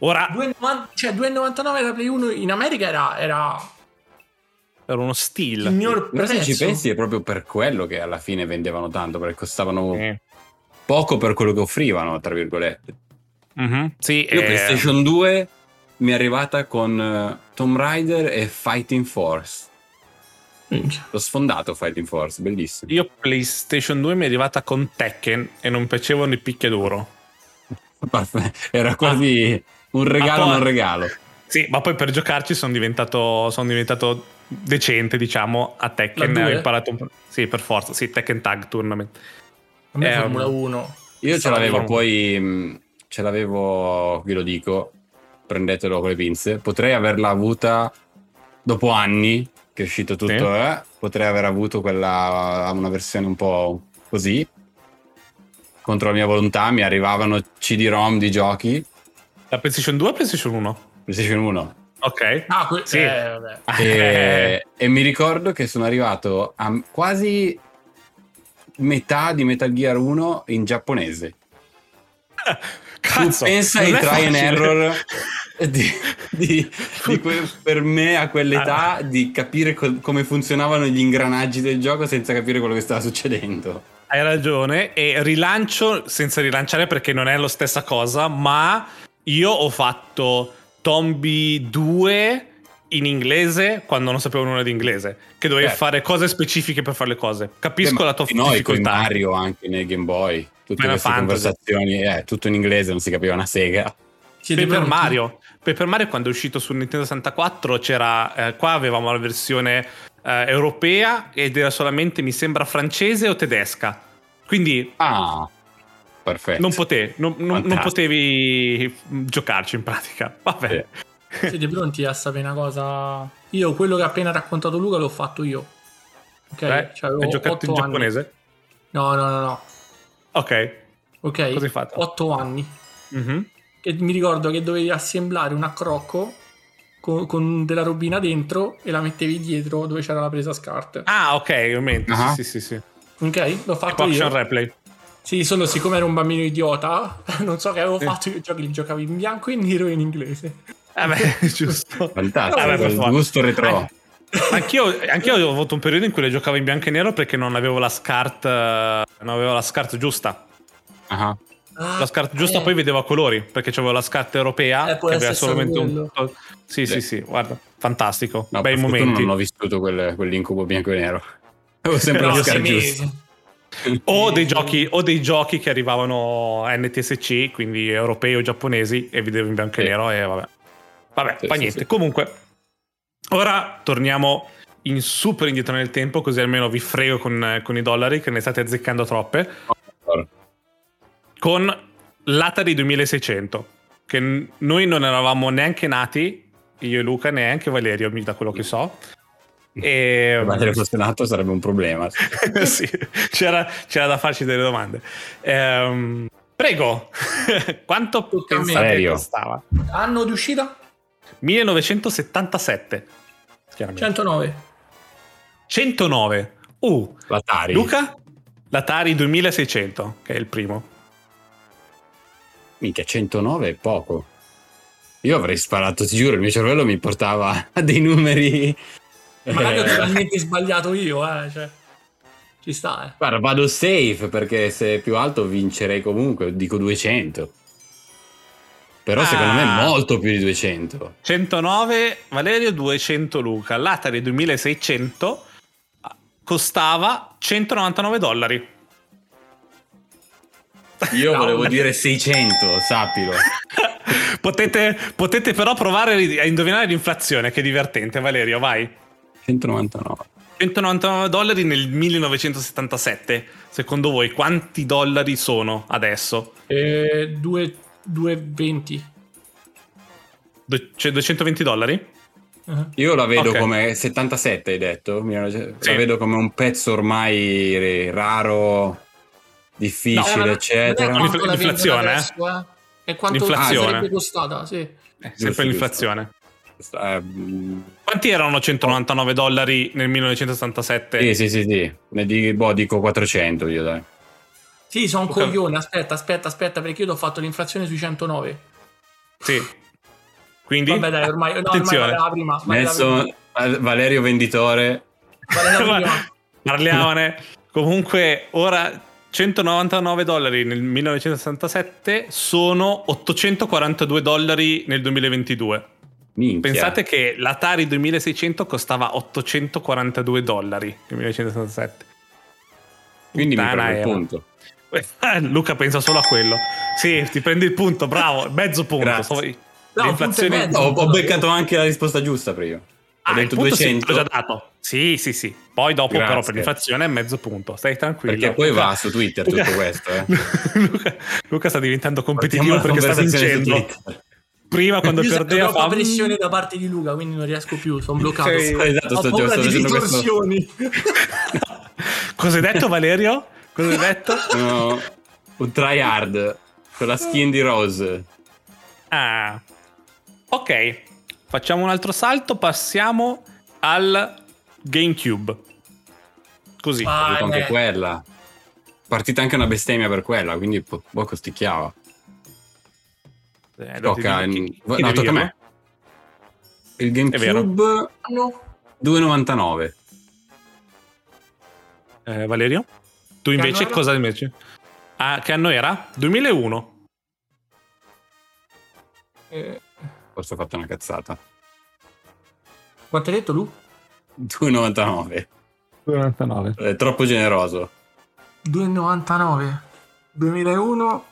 Speaker 1: Ora
Speaker 3: 2,90 cioè 2,99 la Play 1 in America era, era
Speaker 1: era uno steal.
Speaker 3: il miglior
Speaker 2: Però se
Speaker 3: prezzo.
Speaker 2: ci pensi è proprio per quello che alla fine vendevano tanto, perché costavano
Speaker 1: Eh.
Speaker 2: poco per quello che offrivano, tra virgolette.
Speaker 1: Mhm, Sì,
Speaker 2: Io
Speaker 1: eh,
Speaker 2: PlayStation 2 mi è arrivata con eh, Tomb Raider e Fighting Force.
Speaker 3: Minchia.
Speaker 2: L'ho sfondato Fighting Force, bellissimo.
Speaker 1: Io PlayStation 2 mi è arrivata con Tekken e non piacevano i picchiaduro.
Speaker 2: [laughs] Era quasi un regalo,
Speaker 1: Ah, poi-
Speaker 2: non regalo.
Speaker 1: Sì, ma poi per giocarci sono diventato, sono diventato decente, diciamo, a Tekken.
Speaker 3: La due?
Speaker 1: Ho imparato un po'. Sì, per forza. Sì, Tekken Tag Tournament.
Speaker 3: A me
Speaker 1: Eh,
Speaker 3: Formula
Speaker 1: um,
Speaker 3: 1.
Speaker 2: Io ce
Speaker 1: Stavo
Speaker 2: l'avevo
Speaker 1: formando.
Speaker 2: poi, mh, ce l'avevo, vi lo dico, prendetelo con le pinze. Potrei averla avuta dopo anni che è uscito tutto,
Speaker 1: Sì.
Speaker 2: eh, potrei aver avuto quella, una versione un po' così. Contro la mia volontà mi arrivavano CD-ROM di giochi,
Speaker 1: La PlayStation 2 o PlayStation 1?
Speaker 2: PlayStation 1.
Speaker 1: Ok.
Speaker 3: Ah, que-
Speaker 1: Sì.
Speaker 3: eh, vabbè.
Speaker 2: E, e mi ricordo che sono arrivato a quasi metà di Metal Gear 1 in giapponese.
Speaker 1: Cazzo.
Speaker 2: tu pensa
Speaker 1: non
Speaker 2: ai
Speaker 1: è
Speaker 2: try and
Speaker 1: facile. [laughs]
Speaker 2: error di, di- di que- per me a
Speaker 1: Ah.
Speaker 2: quell'età di capire co- come funzionavano gli ingranaggi del gioco senza capire quello che stava succedendo.
Speaker 1: Hai ragione. E rilancio senza rilanciare perché non è la stessa cosa, ma io ho fatto Tombi 2 in inglese quando non sapevo nulla di inglese, che dovevi
Speaker 2: Certo.
Speaker 1: fare cose specifiche per fare le cose. Capisco
Speaker 2: Beh,
Speaker 1: la tua
Speaker 2: ma noi con
Speaker 1: difficoltà.
Speaker 2: Mario anche nei Game Boy, tutte
Speaker 1: Final
Speaker 2: queste
Speaker 1: Fantasy.
Speaker 2: conversazioni, eh, tutto in inglese, non si capiva una sega.
Speaker 3: Siete
Speaker 1: Paper
Speaker 3: pronti?
Speaker 1: Mario. Paper Mario quando è uscito su Nintendo 64 c'era eh, qua avevamo la versione eh, europea ed era solamente mi sembra francese o tedesca. Quindi
Speaker 2: Ah, perfetto.
Speaker 1: non, pote- non- non- non
Speaker 2: Fantastico.
Speaker 1: potevi mm, giocarci in pratica. Vabbè.
Speaker 3: Siete pronti a sapere una cosa? Io quello che ha appena raccontato Luca l'ho fatto io. Ok,
Speaker 1: Beh,
Speaker 3: Cioè, avevo
Speaker 1: hai Eh, giocato in
Speaker 3: otto anni.
Speaker 1: giapponese?
Speaker 3: No, no, no, no.
Speaker 1: Ok.
Speaker 3: Ok.
Speaker 1: Cosa hai fatto?
Speaker 3: 8 anni.
Speaker 1: Mhm.
Speaker 3: Che mi ricordo che dovevi assemblare un accrocco con, con della robina dentro e la mettevi dietro dove c'era la presa SCART.
Speaker 1: Ah, ok, in mente.
Speaker 2: Ah.
Speaker 1: Sì, sì, sì. sì.
Speaker 3: Ok, l'ho fatto
Speaker 1: Tipo
Speaker 3: io.
Speaker 1: action replay.
Speaker 3: Sì, solo siccome ero un bambino idiota, [laughs] non so che avevo
Speaker 1: Sì.
Speaker 3: fatto, io i giochi li giocavo in bianco e in nero e in inglese.
Speaker 1: Vabbè, Eh, [laughs] giusto.
Speaker 2: Fantastico,
Speaker 1: Vabbè, per
Speaker 2: il
Speaker 1: forza.
Speaker 2: gusto retro.
Speaker 1: Eh, Anch'io, anch'io ho avuto un periodo in cui le giocavo in bianco e nero perché non avevo la scart. eh, Non avevo la scart giusta.
Speaker 2: Ah,
Speaker 1: La scart
Speaker 3: Ah,
Speaker 1: giusta poi vedevo a colori perché avevo la scart europea
Speaker 3: Eh, può
Speaker 1: che aveva
Speaker 3: essere stato
Speaker 1: solamente un.
Speaker 3: quello.
Speaker 1: Sì, sì,
Speaker 2: Sì.
Speaker 1: sì, guarda, fantastico.
Speaker 2: No,
Speaker 1: Bei
Speaker 2: per fortuna
Speaker 1: momenti.
Speaker 2: non ho vissuto quel- quell'incubo bianco e nero. [laughs] Avevo sempre
Speaker 1: Però
Speaker 2: la
Speaker 1: sei
Speaker 2: scar
Speaker 1: mesi.
Speaker 2: giusta.
Speaker 1: [laughs]
Speaker 2: [laughs]
Speaker 1: O dei, giochi, o dei giochi che arrivavano a NTSC, quindi europei o giapponesi, e vedevo in bianco e
Speaker 2: Sì.
Speaker 1: nero e vabbè. Vabbè,
Speaker 2: Sì,
Speaker 1: fa
Speaker 2: sì,
Speaker 1: niente.
Speaker 2: sì.
Speaker 1: Comunque, ora torniamo in super indietro nel tempo, così almeno vi frego con, con i dollari, che ne state azzeccando troppe, con l'Atari 2600, che n- noi non eravamo neanche nati, io e Luca, neanche Valerio, mi- da quello che so. E,
Speaker 2: Ma se fosse nato sarebbe un problema.
Speaker 1: [laughs] sì, c'era, c'era da farci delle domande. Ehm, prego, [laughs] quanto
Speaker 3: Tocca a me.
Speaker 1: pensate che
Speaker 2: Serio?
Speaker 1: costava?
Speaker 3: Anno di uscita?
Speaker 1: 1977, chiaramente.
Speaker 3: 109.
Speaker 1: 109. Uh,
Speaker 2: L'Atari.
Speaker 1: Luca? L'Atari 2600, che è il primo.
Speaker 2: Minchia, 109 è poco. Io avrei sparato, ti giuro, il mio cervello mi portava [laughs] a dei numeri...
Speaker 3: Magari ho
Speaker 2: Eh,
Speaker 3: totalmente sbagliato io, eh. Cioè, ci sta, eh.
Speaker 2: Guarda, vado safe perché se è più alto vincerei comunque, dico 200. Però secondo me
Speaker 1: Ah.
Speaker 2: è molto più di 200.
Speaker 1: 109 Valerio, 200 Luca. L'Atari 2600 costava 199 dollari.
Speaker 2: Io
Speaker 3: No.
Speaker 2: volevo dire 600, [laughs] sappilo.
Speaker 1: potete, potete però provare a indovinare l'inflazione, che è divertente, Valerio, vai.
Speaker 2: 199.
Speaker 1: 199 dollari nel 1977. Secondo voi quanti dollari sono adesso?
Speaker 3: Eh, due- 220.
Speaker 1: Du- cioè 220 dollari?
Speaker 3: eh.
Speaker 2: Io la vedo
Speaker 1: Ok.
Speaker 2: come 77, hai detto? Mi era-
Speaker 1: Sì.
Speaker 2: La vedo come un pezzo ormai re- raro, difficile,
Speaker 3: Eh,
Speaker 2: eccetera.
Speaker 3: non è quanto la vendono
Speaker 1: L'inflazione,
Speaker 3: adesso, eh. È quanto
Speaker 1: L'inflazione.
Speaker 3: sarebbe costata, sì.
Speaker 1: Eh,
Speaker 2: Giusto,
Speaker 1: sempre l'inflazione.
Speaker 2: Eh, mm,
Speaker 1: Quanti erano 199 dollari nel 1977?
Speaker 2: sì, sì, sì, sì. Ne di- boh, dico 400 io, dai.
Speaker 3: Sì, sono un
Speaker 1: Ok.
Speaker 3: coglione, aspetta, aspetta, aspetta, perché io ti ho fatto l'inflazione sui 109.
Speaker 1: Sì. Quindi
Speaker 3: Vabbè dai, ormai, no, ormai
Speaker 1: Attenzione.
Speaker 3: vale la prima. Vale la prima.
Speaker 2: Nelson, Val- Valerio Venditore,
Speaker 1: [laughs]
Speaker 3: Vale la prima.
Speaker 1: parliamone. Comunque, ora 199 dollari nel 1967 sono 842 dollari nel 2022.
Speaker 2: minchia.
Speaker 1: Pensate che l'Atari 2600 costava 842 dollari nel 1967.
Speaker 2: Quindi mi
Speaker 1: Puttana
Speaker 2: prendo il
Speaker 1: era.
Speaker 2: punto.
Speaker 1: [laughs] Luca pensa solo a quello. Sì, ti prendi il punto, bravo, mezzo punto.
Speaker 2: Grazie.
Speaker 1: So-
Speaker 3: No,
Speaker 1: l'inflazione-
Speaker 3: punto e mezzo.
Speaker 2: Ho, ho beccato anche la risposta giusta prima.
Speaker 1: Ah,
Speaker 2: Ho detto
Speaker 1: il punto sì,
Speaker 2: 200.
Speaker 1: l'ho già dato. Sì, sì, sì. Poi dopo
Speaker 2: Grazie.
Speaker 1: però per l'inflazione è mezzo punto. Stai tranquillo.
Speaker 2: Perché poi
Speaker 1: Luca-
Speaker 2: va su Twitter tutto questo, eh.
Speaker 1: [laughs] Luca, Luca sta diventando
Speaker 2: Partiamo
Speaker 1: competitivo
Speaker 2: la
Speaker 1: perché sta
Speaker 2: conversazione su
Speaker 1: vincendo.
Speaker 2: Twitter.
Speaker 1: Prima quando
Speaker 3: Io sento
Speaker 1: perdeva
Speaker 3: troppa
Speaker 1: fa...
Speaker 3: pressione da parte di Luca, quindi non riesco più, sono bloccato.
Speaker 1: Sei-
Speaker 2: Eh, Esatto,
Speaker 3: Ho
Speaker 2: sto,
Speaker 3: paura
Speaker 2: sto
Speaker 3: di
Speaker 2: facendo questo.
Speaker 3: distorsioni.
Speaker 2: [laughs]
Speaker 1: Cosa hai detto Valerio? Cosa hai detto?
Speaker 2: No, un tryhard con la skin di Rose.
Speaker 1: Ah. Ok, facciamo un altro salto, passiamo al GameCube. Così.
Speaker 3: Ah,
Speaker 2: Dico anche
Speaker 3: eh.
Speaker 2: quella. Partita anche una bestemmia per quella, quindi po- poco sticchiava.
Speaker 1: Eh,
Speaker 2: Tocca,
Speaker 1: devi-
Speaker 2: in-
Speaker 1: chi-
Speaker 2: no,
Speaker 1: chi devi
Speaker 2: tocca a
Speaker 1: dire?
Speaker 2: me. Il
Speaker 1: vero.
Speaker 2: GameCube
Speaker 3: No.
Speaker 2: 2,99.
Speaker 1: Eh, Valerio? Tu invece
Speaker 3: anno era?
Speaker 1: cosa invece? Ah, che anno era? 2001.
Speaker 3: Eh,
Speaker 2: Forse ho fatto una cazzata.
Speaker 3: quanto hai detto Lu?
Speaker 2: 2,99.
Speaker 1: 99.
Speaker 2: È troppo generoso.
Speaker 3: 2,99. 2001.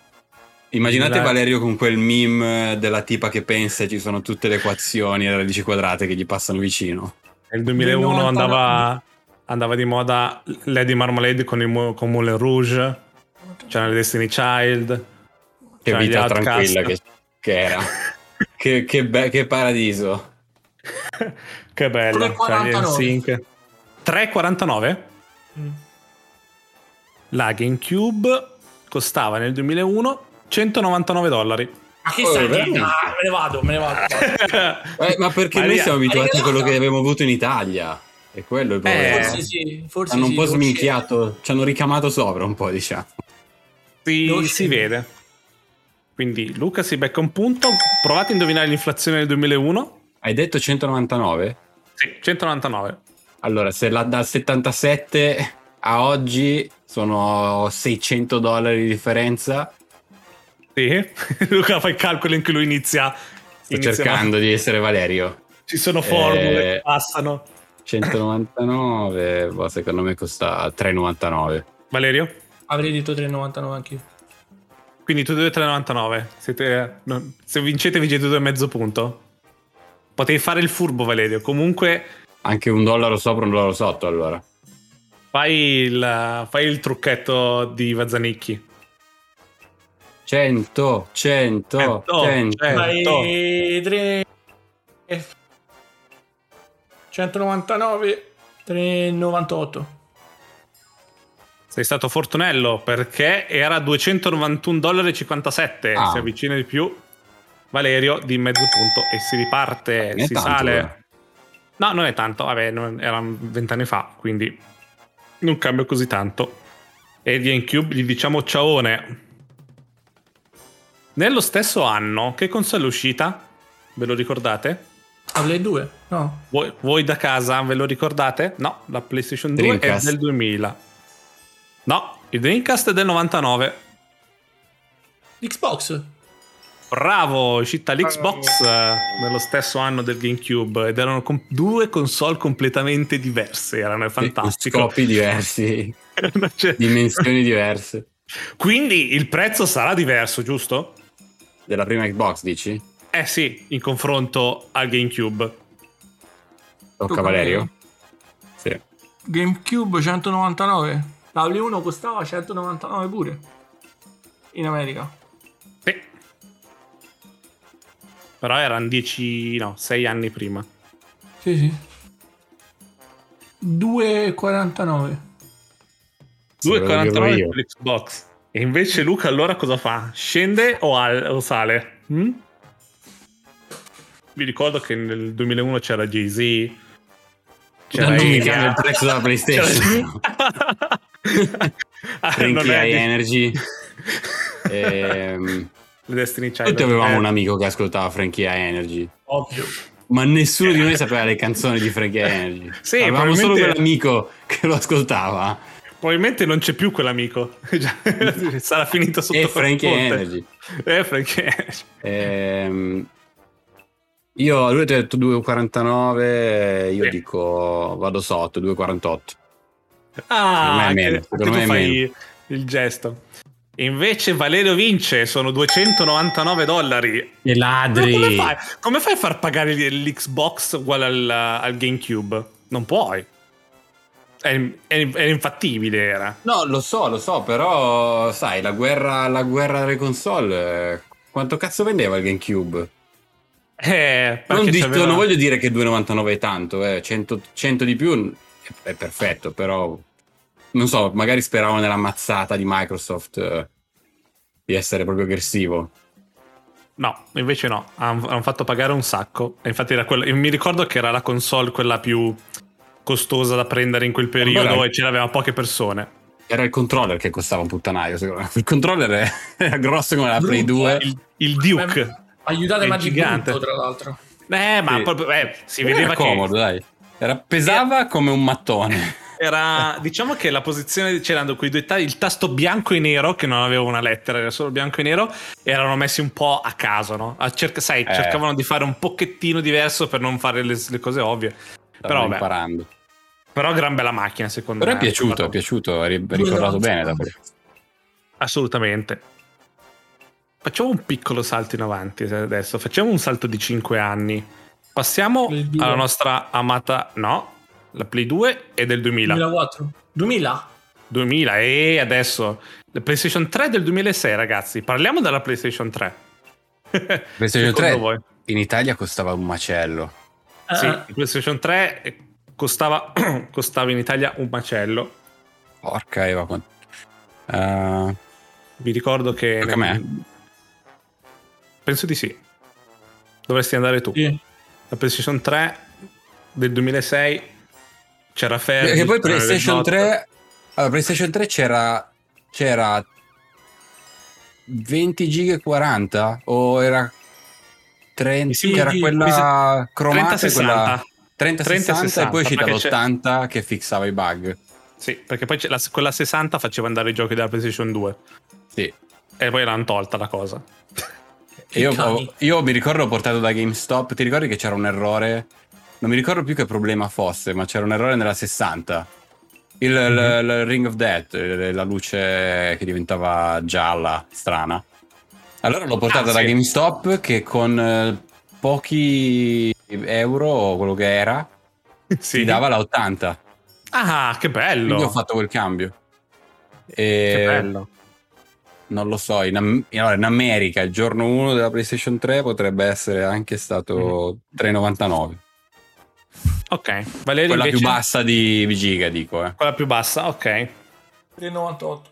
Speaker 2: Immaginate
Speaker 1: Dai.
Speaker 2: Valerio con quel meme della tipa che pensa e ci sono tutte le equazioni a radici quadrate che gli passano vicino.
Speaker 1: Nel 2001
Speaker 3: 99.
Speaker 1: andava, andava di moda Lady Marmalade con, il, mu- con Moulin Rouge, c'era Destiny Child.
Speaker 2: Che
Speaker 1: Cioè, gli
Speaker 2: vita
Speaker 1: Outcast.
Speaker 2: tranquilla che, che era. che, che be- che paradiso.
Speaker 1: Che bello.
Speaker 3: Come 49.
Speaker 1: Cioè, gli NSYNC. 3,49?
Speaker 3: Mm.
Speaker 1: La GameCube costava nel 2001 199 dollari.
Speaker 3: Ma che
Speaker 2: Oh,
Speaker 3: stai
Speaker 2: veramente?
Speaker 3: dicendo? Ah, me ne vado, me ne vado.
Speaker 2: Eh, ma perché noi
Speaker 1: Maria, Eh,
Speaker 2: siamo abituati a
Speaker 3: arrivata.
Speaker 2: quello che abbiamo avuto in Italia? E quello è il problema.
Speaker 3: Forse sì, forse
Speaker 2: Hanno un
Speaker 3: sì,
Speaker 2: po'
Speaker 3: forse-
Speaker 1: ah.
Speaker 2: sminchiato, ci hanno ricamato sopra un po', diciamo.
Speaker 1: Si,
Speaker 3: Dolce.
Speaker 1: si vede. Quindi Luca si becca un punto. Provate a indovinare l'inflazione del 2001.
Speaker 2: Hai detto 199?
Speaker 1: Sì, 199.
Speaker 2: Allora, se la, dal 77 a oggi sono 600 dollari di differenza,
Speaker 1: Sì. [laughs] Luca fa il calcolo in cui lui inizia.
Speaker 2: sto
Speaker 1: inizia-
Speaker 2: cercando di essere Valerio.
Speaker 1: Ci sono formule
Speaker 2: Eh.
Speaker 1: che passano.
Speaker 2: 199, boh, secondo me costa 3,99.
Speaker 1: Valerio?
Speaker 3: Avrei detto 3,99 anch'io.
Speaker 1: Quindi tutti e due 3,99. Siete- no, se vincete, vincete due e mezzo punto. Potevi fare il furbo, Valerio. Comunque,
Speaker 2: Anche un dollaro sopra, un dollaro sotto, allora.
Speaker 1: fai il, fai il trucchetto di Vazzanicchi.
Speaker 2: 100, 100,
Speaker 1: 100,
Speaker 2: 100.
Speaker 1: Eh,
Speaker 3: Dai,
Speaker 1: to.
Speaker 3: 3 eh. 199 398
Speaker 1: Sei stato fortunello perché era 291,57 dollari.
Speaker 2: Ah.
Speaker 1: Si avvicina di più. Valerio di mezzo punto e si riparte.
Speaker 2: Ne è
Speaker 1: si
Speaker 2: tanto,
Speaker 1: sale.
Speaker 2: allora.
Speaker 1: No, non è tanto. Vabbè, non- era vent'anni fa. Quindi non cambia così tanto. E di Gamecube gli diciamo ciaone. Nello stesso anno, che console è uscita? Ve lo ricordate?
Speaker 3: La Play 2? No.
Speaker 1: Voi, voi da casa ve lo ricordate? No, la PlayStation 2
Speaker 2: Dreamcast.
Speaker 1: è del 2000. No, il Dreamcast è del 99.
Speaker 3: Xbox?
Speaker 1: Bravo, è uscita l'Xbox eh, nello stesso anno del GameCube ed erano com- due console completamente diverse, erano è fantastico.
Speaker 2: Scopi diversi, [laughs]
Speaker 1: [laughs] Cioè,
Speaker 2: dimensioni diverse.
Speaker 1: Quindi il prezzo sarà diverso, giusto?
Speaker 2: Della prima Xbox, dici?
Speaker 1: Eh sì, in confronto al GameCube.
Speaker 2: Tocca a Valerio. Sì.
Speaker 3: GameCube 199. La Play 1 costava 199 pure. In America.
Speaker 1: Sì. Però erano 10, no, 6 anni prima.
Speaker 3: Sì, sì.
Speaker 2: Sì, ve lo dico
Speaker 3: 2,49.
Speaker 1: 2,49
Speaker 2: io.
Speaker 1: per l'Xbox. E invece Luca allora cosa fa? Scende o, al- o sale? Mm? Vi ricordo che nel 2001 c'era Jay-Z.
Speaker 2: Cioè, non mi
Speaker 1: Eminem.
Speaker 2: cambia il prezzo
Speaker 1: Cioè,
Speaker 2: della [laughs] PlayStation.
Speaker 1: [laughs] Ah,
Speaker 2: Frankie
Speaker 1: non è
Speaker 2: High
Speaker 1: di- [laughs]
Speaker 2: Energy. Ehm,
Speaker 1: Le Destiny Child.
Speaker 2: tutti avevamo
Speaker 1: Eh,
Speaker 2: un amico che ascoltava Frankie High Energy.
Speaker 3: Ovvio.
Speaker 2: Ma nessuno di noi sapeva le canzoni di Frankie High Energy.
Speaker 1: [laughs] Sì,
Speaker 2: avevamo solo
Speaker 1: probabilmente-
Speaker 2: quell'amico che lo ascoltava.
Speaker 1: Probabilmente non c'è più quell'amico. [laughs]
Speaker 2: [laughs]
Speaker 1: Già, Sarà finito sotto
Speaker 2: e
Speaker 1: quel
Speaker 2: Frankie High
Speaker 1: ponte.
Speaker 2: Energy.
Speaker 1: Eh, Frankie Energy.
Speaker 2: Ehm, io, lui ti ha detto 2,49. Io
Speaker 1: Sì.
Speaker 2: dico vado sotto 2,48.
Speaker 1: Ah,
Speaker 2: Secondo me è
Speaker 1: anche-
Speaker 2: meno,
Speaker 1: anche
Speaker 2: secondo me
Speaker 1: tu
Speaker 2: è
Speaker 1: fai il gesto. Invece Valerio vince, sono 299 dollari.
Speaker 4: E
Speaker 1: Ma
Speaker 4: ladri.
Speaker 1: Come fai, come fai a far pagare l- l'Xbox uguale al, al GameCube? Non puoi. È, è- è infattibile, era.
Speaker 2: No, lo so, lo so, però sai, la guerra, la guerra delle console. eh, Quanto cazzo vendeva il GameCube?
Speaker 1: Eh, perché
Speaker 2: Non, dico-
Speaker 1: c'aveva-
Speaker 2: non voglio dire che 2,99 è tanto, eh, 100, 100 di più è, è perfetto, però non so, magari speravo nella mazzata di Microsoft eh, di essere proprio aggressivo.
Speaker 1: No, invece no, han- hanno fatto pagare un sacco. E infatti era quella- e mi ricordo che era la console quella più costosa da prendere in quel periodo
Speaker 2: Allora-
Speaker 1: e ce l'avevano poche persone.
Speaker 2: Era il controller che costava un puttanaio, secondo me. Il controller è- [laughs] era grosso come la Play
Speaker 3: Brutto,
Speaker 2: 2.
Speaker 1: Il, il Duke.
Speaker 3: Aiutatemi
Speaker 1: È
Speaker 3: a di
Speaker 1: gigante.
Speaker 3: brutto, tra l'altro.
Speaker 1: Eh, ma
Speaker 2: Sì.
Speaker 1: proprio, eh, si
Speaker 2: Era
Speaker 1: vedeva
Speaker 2: comodo,
Speaker 1: che
Speaker 2: dai. Era- pesava come
Speaker 1: [laughs]
Speaker 2: un mattone.
Speaker 1: era, diciamo che la posizione c'erano quei due tasti, il tasto bianco e nero che non aveva una lettera, era solo bianco e nero, erano messi un po' a caso, no? A cerca- sai,
Speaker 2: Eh.
Speaker 1: cercavano di fare un pochettino diverso per non fare le, le cose ovvie.
Speaker 2: Però
Speaker 1: Però, beh,
Speaker 2: imparando.
Speaker 1: però gran bella macchina, secondo
Speaker 2: Però
Speaker 1: me.
Speaker 2: è piaciuto, è piaciuto, è ri- ricordato bene. da quello.
Speaker 1: Assolutamente. Facciamo un piccolo salto in avanti eh, adesso, facciamo un salto di 5 anni. Passiamo
Speaker 3: Play due.
Speaker 1: alla nostra amata, no, la Play 2 è del 2000.
Speaker 3: 2004. 2000?
Speaker 1: 2000 e adesso la PlayStation 3 del 2006 ragazzi parliamo della PlayStation 3
Speaker 2: PlayStation
Speaker 1: [laughs] Secondo
Speaker 2: 3
Speaker 1: voi?
Speaker 2: in Italia costava un macello.
Speaker 3: Eh,
Speaker 1: sì la PlayStation 3 costava, [clears throat] costava in Italia un macello
Speaker 2: Porca Eva. quant- Eh,
Speaker 1: vi ricordo che
Speaker 2: Tocca a me?
Speaker 1: penso di sì dovresti andare tu
Speaker 3: sì.
Speaker 1: la PlayStation 3 del 2006 c'era Ferry
Speaker 2: e poi PlayStation 3, allora, PlayStation 3 c'era, c'era 20 giga e 40 o era 30,
Speaker 1: Mi
Speaker 3: sembra
Speaker 2: era
Speaker 3: di-
Speaker 2: quella
Speaker 1: mi
Speaker 2: cromata e
Speaker 1: 30
Speaker 2: quella
Speaker 1: 60
Speaker 2: 30, 60,
Speaker 1: 30-60,
Speaker 2: e poi è uscita
Speaker 1: perché c'è-
Speaker 2: l'80 che fixava i bug.
Speaker 1: sì perché poi c'è la- quella 60 faceva andare i giochi della PlayStation 2
Speaker 2: Sì.
Speaker 1: e poi l'hanno tolta la cosa
Speaker 2: E Io,
Speaker 3: Cani.
Speaker 2: ho- io mi ricordo ho portato da GameStop, ti ricordi che c'era un errore? Non mi ricordo più che problema fosse, ma c'era un errore nella 60. Il,
Speaker 1: Mhm.
Speaker 2: il- il Ring of Death, eh, la luce che diventava gialla, strana. Allora l'ho portata
Speaker 1: Ah,
Speaker 2: da
Speaker 1: sì.
Speaker 2: GameStop che con eh, pochi euro o quello che era
Speaker 1: sì.
Speaker 2: ti dava la 80.
Speaker 1: ah che bello
Speaker 2: Quindi ho fatto quel cambio. E
Speaker 1: Che bello.
Speaker 2: Non lo so, in, Am- in- allora, in America il giorno 1 della PlayStation 3 potrebbe essere anche
Speaker 1: Mhm.
Speaker 2: stato 3,99.
Speaker 1: Ok, Valerio
Speaker 2: Quella
Speaker 1: invece?
Speaker 2: più bassa di Giga, dico. Eh.
Speaker 1: Quella più bassa, ok.
Speaker 3: 3,98.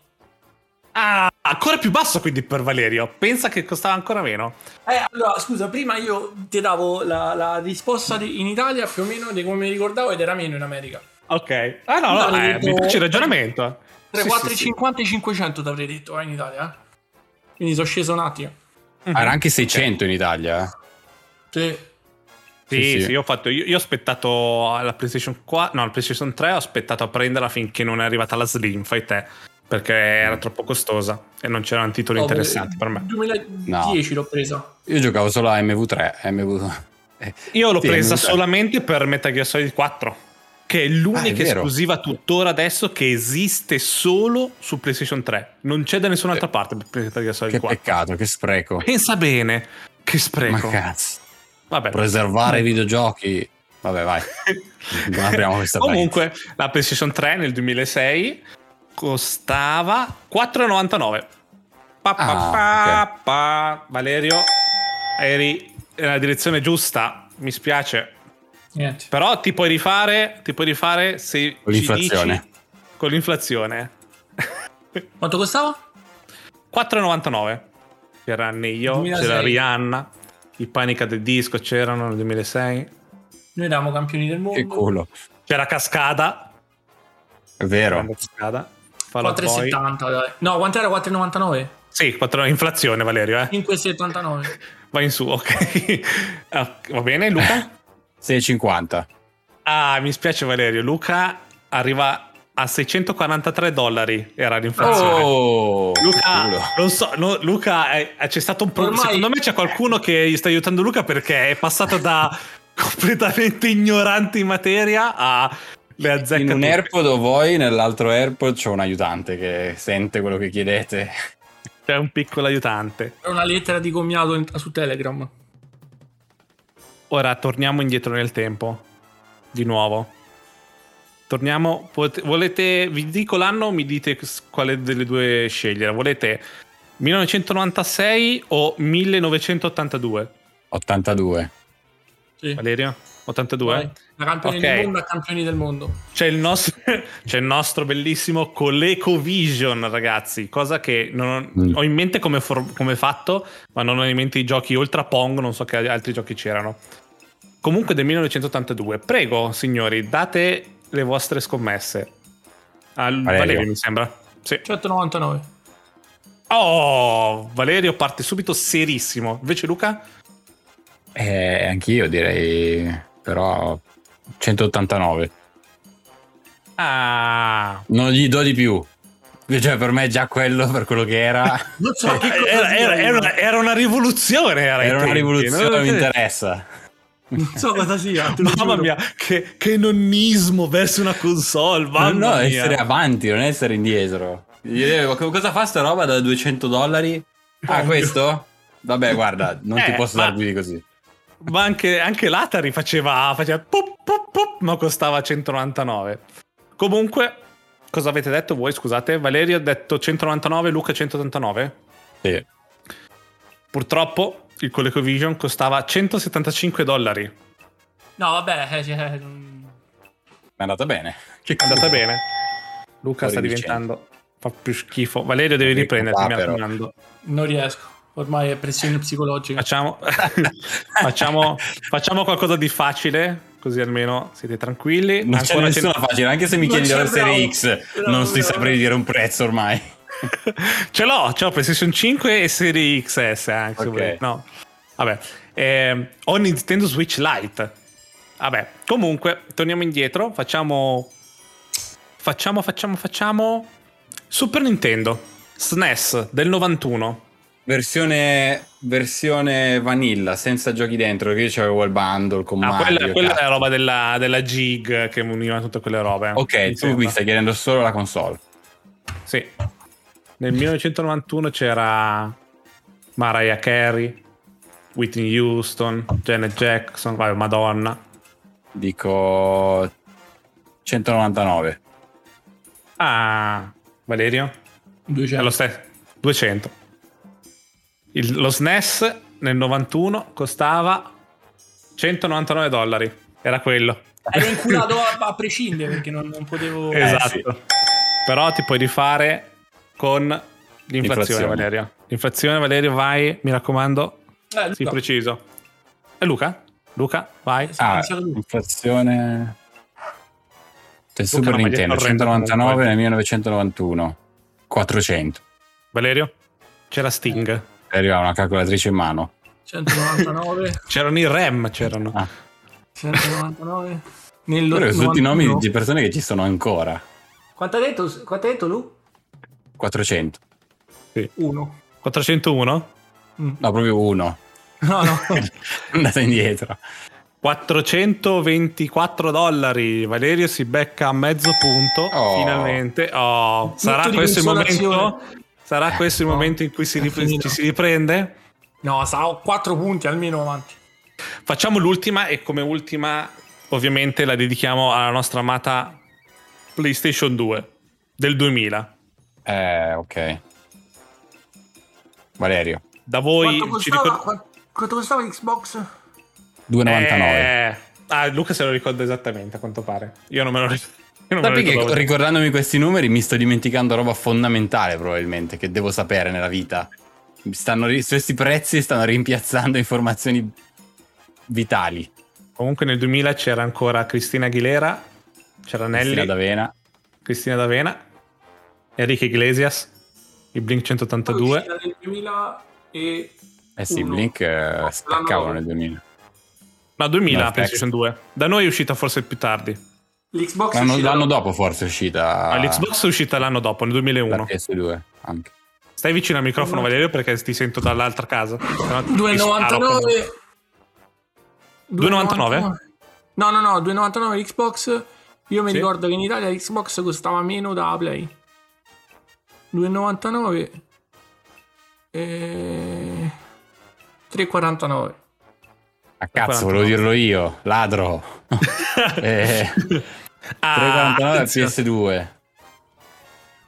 Speaker 1: Ah, ancora più basso quindi per Valerio. Pensa che costava ancora meno.
Speaker 3: Eh, allora, scusa, prima io ti davo la, la risposta di- in Italia più o meno di come mi ricordavo ed era meno in America.
Speaker 1: Ok. Ah no, no,
Speaker 3: No,
Speaker 1: eh,
Speaker 3: detto-
Speaker 1: mi piace il
Speaker 2: boh.
Speaker 1: ragionamento.
Speaker 3: Tra i
Speaker 1: Sì,
Speaker 3: 4,50
Speaker 1: sì, sì.
Speaker 3: e i 500 t'avrei detto eh, in Italia. Quindi sono sceso un attimo.
Speaker 1: Mhm.
Speaker 2: Era anche 600 in Italia. eh.
Speaker 3: Sì.
Speaker 1: Sì,
Speaker 2: Sì,
Speaker 1: sì,
Speaker 2: sì.
Speaker 1: io ho fatto. Io, io ho aspettato la PlayStation 4, no, la PlayStation 3, ho aspettato a prenderla finché non è arrivata la Slim, fai te, perché
Speaker 2: Mm.
Speaker 1: era troppo costosa e non c'erano titoli
Speaker 3: Oh,
Speaker 1: interessanti per me.
Speaker 3: 2010 l'ho presa.
Speaker 2: Io giocavo solo a MV3, [laughs] MV2.
Speaker 1: Io l'ho
Speaker 2: eh, Sì,
Speaker 1: presa
Speaker 2: non c'è.
Speaker 1: solamente per Metal Gear Solid 4, che è
Speaker 2: Ah, è
Speaker 1: l'unica
Speaker 2: vero.
Speaker 1: esclusiva tuttora adesso che esiste solo su PlayStation 3. Non c'è da nessun'altra parte per Metal Gear Solid
Speaker 2: Eh, Che
Speaker 1: 4.
Speaker 2: peccato, che spreco.
Speaker 1: Pensa bene, che
Speaker 2: Ma
Speaker 1: spreco.
Speaker 2: cazzo.
Speaker 1: Vabbè. [laughs]
Speaker 2: Preservare i videogiochi. Vabbè, vai. Non apriamo questa
Speaker 1: Comunque, la PlayStation 3 nel 2006 costava 4,99. Pa, pa,
Speaker 2: Ah,
Speaker 1: pa, pa. Valerio, eri nella direzione giusta. Mi spiace,
Speaker 3: Niente.
Speaker 1: però ti puoi rifare. Ti puoi rifare se
Speaker 2: Con
Speaker 1: ci
Speaker 2: l'inflazione.
Speaker 1: dici- con l'inflazione.
Speaker 3: Quanto costava?
Speaker 1: 4,99. C'erano io,
Speaker 3: 2006.
Speaker 1: c'era Rihanna. I Panica del Disco c'erano nel 2006.
Speaker 3: Noi eravamo campioni del mondo.
Speaker 2: Che culo.
Speaker 1: C'era Cascada.
Speaker 2: È vero.
Speaker 1: grande Cascada. Fallout Boy.
Speaker 3: 4,70 dai. No, quanto era? 4,99?
Speaker 1: Sì, 4, inflazione Valerio, eh.
Speaker 3: 5,79.
Speaker 1: Vai in su, ok. [laughs] Ah, Va bene,
Speaker 2: [laughs]
Speaker 1: Luca?
Speaker 2: 6,50.
Speaker 1: Ah, mi spiace Valerio, Luca arriva a 643 dollari, era l'inflazione.
Speaker 2: Oh,
Speaker 1: Luca,
Speaker 2: culo.
Speaker 1: non so, no, Luca, eh, c'è stato un problema.
Speaker 3: Ormai-
Speaker 1: Secondo me c'è qualcuno che gli sta aiutando Luca perché è passato
Speaker 3: [laughs]
Speaker 1: da completamente ignorante in materia a le azzecca
Speaker 2: In un
Speaker 1: tutte.
Speaker 2: AirPod o voi, nell'altro AirPod c'è un aiutante che sente quello che chiedete.
Speaker 1: C'è Cioè, un piccolo aiutante.
Speaker 3: Era una lettera di commiato in- su Telegram.
Speaker 1: Ora torniamo indietro nel tempo. Di nuovo. Torniamo. pot- volete. Vi dico l'anno, mi dite s- quale delle due scegliere. Volete 1996 o 1982?
Speaker 2: 82.
Speaker 3: Sì.
Speaker 1: Valerio? 82?
Speaker 3: Vai. Da campioni
Speaker 1: Ok.
Speaker 3: del mondo a campioni del mondo.
Speaker 1: C'è il, nostro, [laughs] c'è il nostro bellissimo Coleco Vision, ragazzi. Cosa che non ho,
Speaker 2: Mm.
Speaker 1: ho in mente come, for- come fatto, ma non ho in mente i giochi oltre a Pong. Non so che altri giochi c'erano. Comunque del 1982. Prego, signori, date le vostre scommesse. Al
Speaker 2: Valerio.
Speaker 1: Valerio, mi sembra. Sì.
Speaker 3: 199.
Speaker 1: Oh, Valerio parte subito serissimo. Invece Luca?
Speaker 2: Eh, anch'io direi, però 189.
Speaker 1: Ah,
Speaker 2: Non gli do di più. Cioè, per me è già quello, per quello
Speaker 1: [laughs]
Speaker 2: che era.
Speaker 3: Non so che
Speaker 1: Eh, era,
Speaker 3: cosa
Speaker 1: era-
Speaker 3: dire.
Speaker 1: era una, era una rivoluzione. Era, ai
Speaker 2: Era una
Speaker 1: tempi, no? Cioè,
Speaker 2: rivoluzione, mi interessa.
Speaker 3: Non so cosa sia. te lo
Speaker 1: Mamma
Speaker 3: giuro.
Speaker 1: mia, che, che nonnismo verso una console. Mamma
Speaker 2: no, no,
Speaker 1: mia.
Speaker 2: essere avanti, non essere indietro. Gli chiedevo, "Ma co- cosa fa sta roba da 200 dollari? Ah,
Speaker 1: Ovvio.
Speaker 2: questo? Vabbè, guarda, non ti
Speaker 1: Eh,
Speaker 2: posso
Speaker 1: ma-
Speaker 2: dar più di così.
Speaker 1: Ma anche, anche l'Atari faceva, faceva pop, pop, pop, ma costava 199. Comunque, cosa avete detto voi? Scusate, Valerio ha detto 199, Luca 189.
Speaker 2: Sì.
Speaker 1: Purtroppo il ColecoVision costava 175 dollari.
Speaker 3: No, vabbè. eh, cioè, non-
Speaker 2: È andata bene.
Speaker 1: È andata bene. Luca
Speaker 2: Fuori
Speaker 1: sta
Speaker 2: vicenda.
Speaker 1: diventando. Fa più schifo. Valerio, devi
Speaker 2: Che Ah,
Speaker 1: riprenderti, mi
Speaker 2: papero.
Speaker 1: raccomando.
Speaker 3: non riesco. Ormai è pressione psicologica.
Speaker 1: Facciamo, [laughs] facciamo, facciamo qualcosa di facile, così almeno siete tranquilli.
Speaker 2: Non c'è
Speaker 1: Ancora
Speaker 2: nessuna
Speaker 1: cent-
Speaker 2: facile, anche se mi
Speaker 3: Non
Speaker 2: chiedi
Speaker 3: c'è,
Speaker 2: la serie
Speaker 3: bravo.
Speaker 2: X,
Speaker 3: Bravo,
Speaker 2: non ti
Speaker 3: bravo.
Speaker 2: saprei dire un prezzo ormai.
Speaker 1: Ce l'ho, ce l'ho PlayStation 5 e Serie XS anche. se
Speaker 2: Ok.
Speaker 1: volete. No. Vabbè. Ehm, ho Nintendo Switch Lite. Vabbè, comunque, torniamo indietro, facciamo... Facciamo, facciamo, facciamo... Super Nintendo, SNES del 91.
Speaker 2: Versione, versione vanilla, senza giochi dentro, che io c'avevo il bundle con
Speaker 1: Ah,
Speaker 2: Mario.
Speaker 1: quella, quella è
Speaker 2: cazzo.
Speaker 1: la roba della, della Jig che univa tutte quelle robe.
Speaker 2: Ok,
Speaker 1: Mi
Speaker 2: tu qui
Speaker 1: sembra.
Speaker 2: stai chiedendo solo la console.
Speaker 1: Sì. Nel 1991 c'era Mariah Carey, Whitney Houston, Janet Jackson, vai, Madonna.
Speaker 2: Dico 199.
Speaker 1: Ah, Valerio? È
Speaker 3: 200.
Speaker 1: lo stesso. 200. Il- lo SNES nel 91 costava 199 dollari. Era quello.
Speaker 3: Ero inculato a, a prescindere perché non,
Speaker 1: [laughs]
Speaker 3: non potevo. Eh,
Speaker 1: esatto.
Speaker 2: Eh, sì.
Speaker 1: Però ti puoi rifare con l'inflazione,
Speaker 2: Inflazione.
Speaker 1: Valerio. L'inflazione, Valerio, vai, mi raccomando,
Speaker 3: Eh,
Speaker 1: Sì,
Speaker 3: Luca,
Speaker 1: preciso. E Luca? Luca, vai.
Speaker 3: Sì,
Speaker 2: Ah,
Speaker 3: inizia lui.
Speaker 2: inflazione
Speaker 1: Luca,
Speaker 2: Del Super
Speaker 1: la maglietta
Speaker 2: Nintendo,
Speaker 1: orrenda
Speaker 2: 199
Speaker 1: comunque.
Speaker 2: nel 1991, 400.
Speaker 1: Valerio? C'era Sting.
Speaker 2: E Arrivava una calcolatrice in mano.
Speaker 3: 199,
Speaker 1: C'erano i Rem, c'erano.
Speaker 2: Ah,
Speaker 3: 199. Nel
Speaker 2: Però sono tutti i nomi
Speaker 3: 91.
Speaker 2: di persone che ci sono ancora.
Speaker 3: Quanto ha detto, quanto ha detto Lu?
Speaker 2: 400.
Speaker 3: 1.
Speaker 1: 401?
Speaker 2: No, proprio uno. [laughs]
Speaker 3: No, no.
Speaker 1: [laughs]
Speaker 2: Andata indietro.
Speaker 1: 424 dollari. Valerio si becca a mezzo punto.
Speaker 2: Oh.
Speaker 1: Finalmente. Oh, sarà
Speaker 3: Punto di
Speaker 1: questo il
Speaker 3: consolazione.
Speaker 1: momento? Sarà questo il
Speaker 3: No.
Speaker 1: momento in cui si
Speaker 3: È
Speaker 1: rip-
Speaker 3: finito.
Speaker 1: ci si riprende?
Speaker 3: No, sarò 4 punti almeno avanti.
Speaker 1: Facciamo l'ultima e come ultima ovviamente la dedichiamo alla nostra amata PlayStation 2 del 2000.
Speaker 2: Eh, ok. Valerio.
Speaker 1: Da voi
Speaker 3: quanto,
Speaker 1: ci
Speaker 3: costava,
Speaker 1: ricordiamo...
Speaker 3: quant- quanto costava l'Xbox?
Speaker 2: 2,99.
Speaker 1: Ah, Luca se lo ricorda esattamente a quanto pare. Io non me lo ricordo. Io non me lo
Speaker 2: Sappi che
Speaker 1: ricordavo.
Speaker 2: ricordandomi questi numeri mi sto dimenticando roba fondamentale probabilmente che devo sapere nella vita. Mi Stanno, ri- questi prezzi stanno rimpiazzando informazioni vitali.
Speaker 1: Comunque nel 2000 c'era ancora Cristina Aguilera, c'era Nelly,
Speaker 2: Cristina D'Avena.
Speaker 1: Cristina D'Avena, Enrique Iglesias, il Blink 182.
Speaker 3: Uscita nel 2000 e...
Speaker 2: Eh sì,
Speaker 3: Uno.
Speaker 2: Blink eh, staccavano nel 2000.
Speaker 1: No, 2000
Speaker 2: No,
Speaker 1: PlayStation 2. Da noi è uscita forse più tardi.
Speaker 3: L'Xbox è
Speaker 2: L'anno,
Speaker 3: uscita-
Speaker 2: l'anno dopo forse è uscita
Speaker 1: All'Xbox è uscita l'anno dopo, nel
Speaker 2: la
Speaker 1: 2001.
Speaker 2: PS2 anche.
Speaker 1: Stai vicino al microfono Valerio perché ti sento dall'altra casa. Sennò ti ah, sparo.
Speaker 3: 2,99
Speaker 1: 2,99?
Speaker 3: No, no, no, 2,99 l'Xbox. Io mi
Speaker 1: Sì.
Speaker 3: ricordo che in Italia l'Xbox costava meno da Play. 2,99 e 3,49.
Speaker 2: A cazzo, volevo dirlo io, ladro. Eh,
Speaker 1: Ah,
Speaker 2: 349
Speaker 1: attenzione.
Speaker 2: PS2.
Speaker 1: O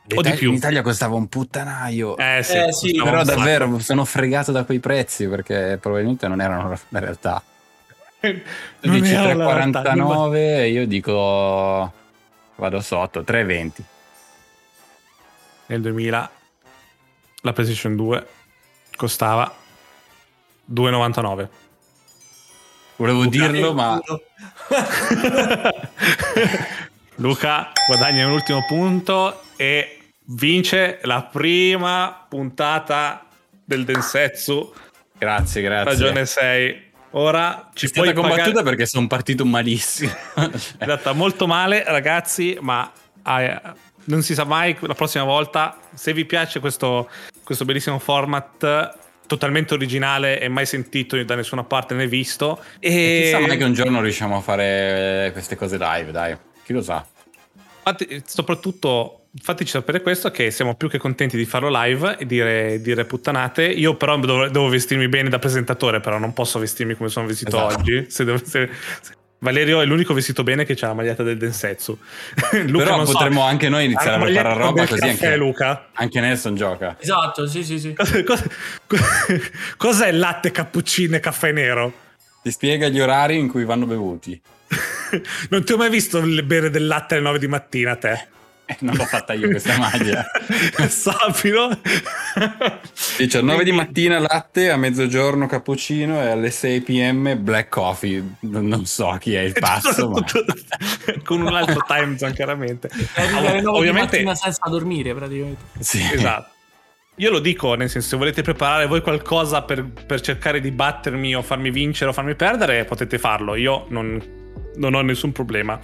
Speaker 1: di
Speaker 2: L'Ita-
Speaker 1: più.
Speaker 2: In Italia costava un puttanaio.
Speaker 1: Eh sì,
Speaker 3: Eh, sì,
Speaker 1: costava
Speaker 2: Però
Speaker 1: un sacco.
Speaker 2: davvero sono fregato da quei prezzi perché probabilmente non erano la realtà. Tu
Speaker 1: [laughs] Non
Speaker 2: dici
Speaker 1: era la realtà,
Speaker 2: 349 e io dico vado sotto 320.
Speaker 1: Nel 2000 la PlayStation 2 costava 2,99.
Speaker 2: Volevo dirlo,
Speaker 1: [laughs]
Speaker 2: ma
Speaker 1: Luca guadagna un ultimo punto e vince la prima puntata del Densetsu
Speaker 2: grazie, grazie.
Speaker 1: stagione 6. Ora
Speaker 2: Ci
Speaker 1: ci
Speaker 2: è stata
Speaker 1: puoi
Speaker 2: combattuta
Speaker 1: pagare...
Speaker 2: perché sono partito
Speaker 1: [laughs]
Speaker 2: malissimo.
Speaker 1: È andata molto male, ragazzi, ma eh, non si sa mai la prossima volta. Se vi piace questo, questo bellissimo format totalmente originale e mai sentito da nessuna parte né visto e
Speaker 2: Chissà mai che un giorno riusciamo a fare queste cose live, dai. Chi lo sa?
Speaker 1: Fatti- eh, soprattutto fateci sapere questo che siamo più che contenti di farlo live e dire, dire puttanate io però dov- devo vestirmi bene da presentatore però non posso vestirmi come sono vestito
Speaker 2: Esatto.
Speaker 1: oggi se devo- se- se- Valerio è l'unico vestito bene che ha la maglietta del Densetsu [laughs] Luca,
Speaker 2: Però
Speaker 1: non so,
Speaker 2: potremmo anche noi iniziare a
Speaker 1: ha la maglietta
Speaker 2: preparare roba
Speaker 1: del
Speaker 2: così
Speaker 1: caffè,
Speaker 2: anche,
Speaker 1: Luca
Speaker 2: anche Nelson gioca.
Speaker 3: Esatto, sì, sì, sì.
Speaker 1: Cosa- cosa- [laughs] co- cos'è il latte cappuccino e caffè nero [laughs]
Speaker 2: Ti spiega gli orari in cui vanno bevuti.
Speaker 1: non ti ho mai visto le- bere del latte alle 9 di mattina te
Speaker 2: Eh, non l'ho fatta io
Speaker 1: [laughs]
Speaker 2: questa magia. [laughs]
Speaker 1: sappilo
Speaker 2: 19 di mattina latte, a mezzogiorno cappuccino e alle 6 pm black coffee. Non non so
Speaker 1: [laughs]
Speaker 2: chi è il passo, ma
Speaker 1: con un altro time zone chiaramente
Speaker 3: [laughs] È arrivare alle
Speaker 1: Ov-
Speaker 3: nove di
Speaker 1: ovviamente
Speaker 3: mattina senza dormire praticamente.
Speaker 2: [laughs] sì.
Speaker 1: esatto io lo dico, nel senso, se volete preparare voi qualcosa per, per cercare di battermi o farmi vincere o farmi perdere, potete farlo. Io non, non ho nessun problema.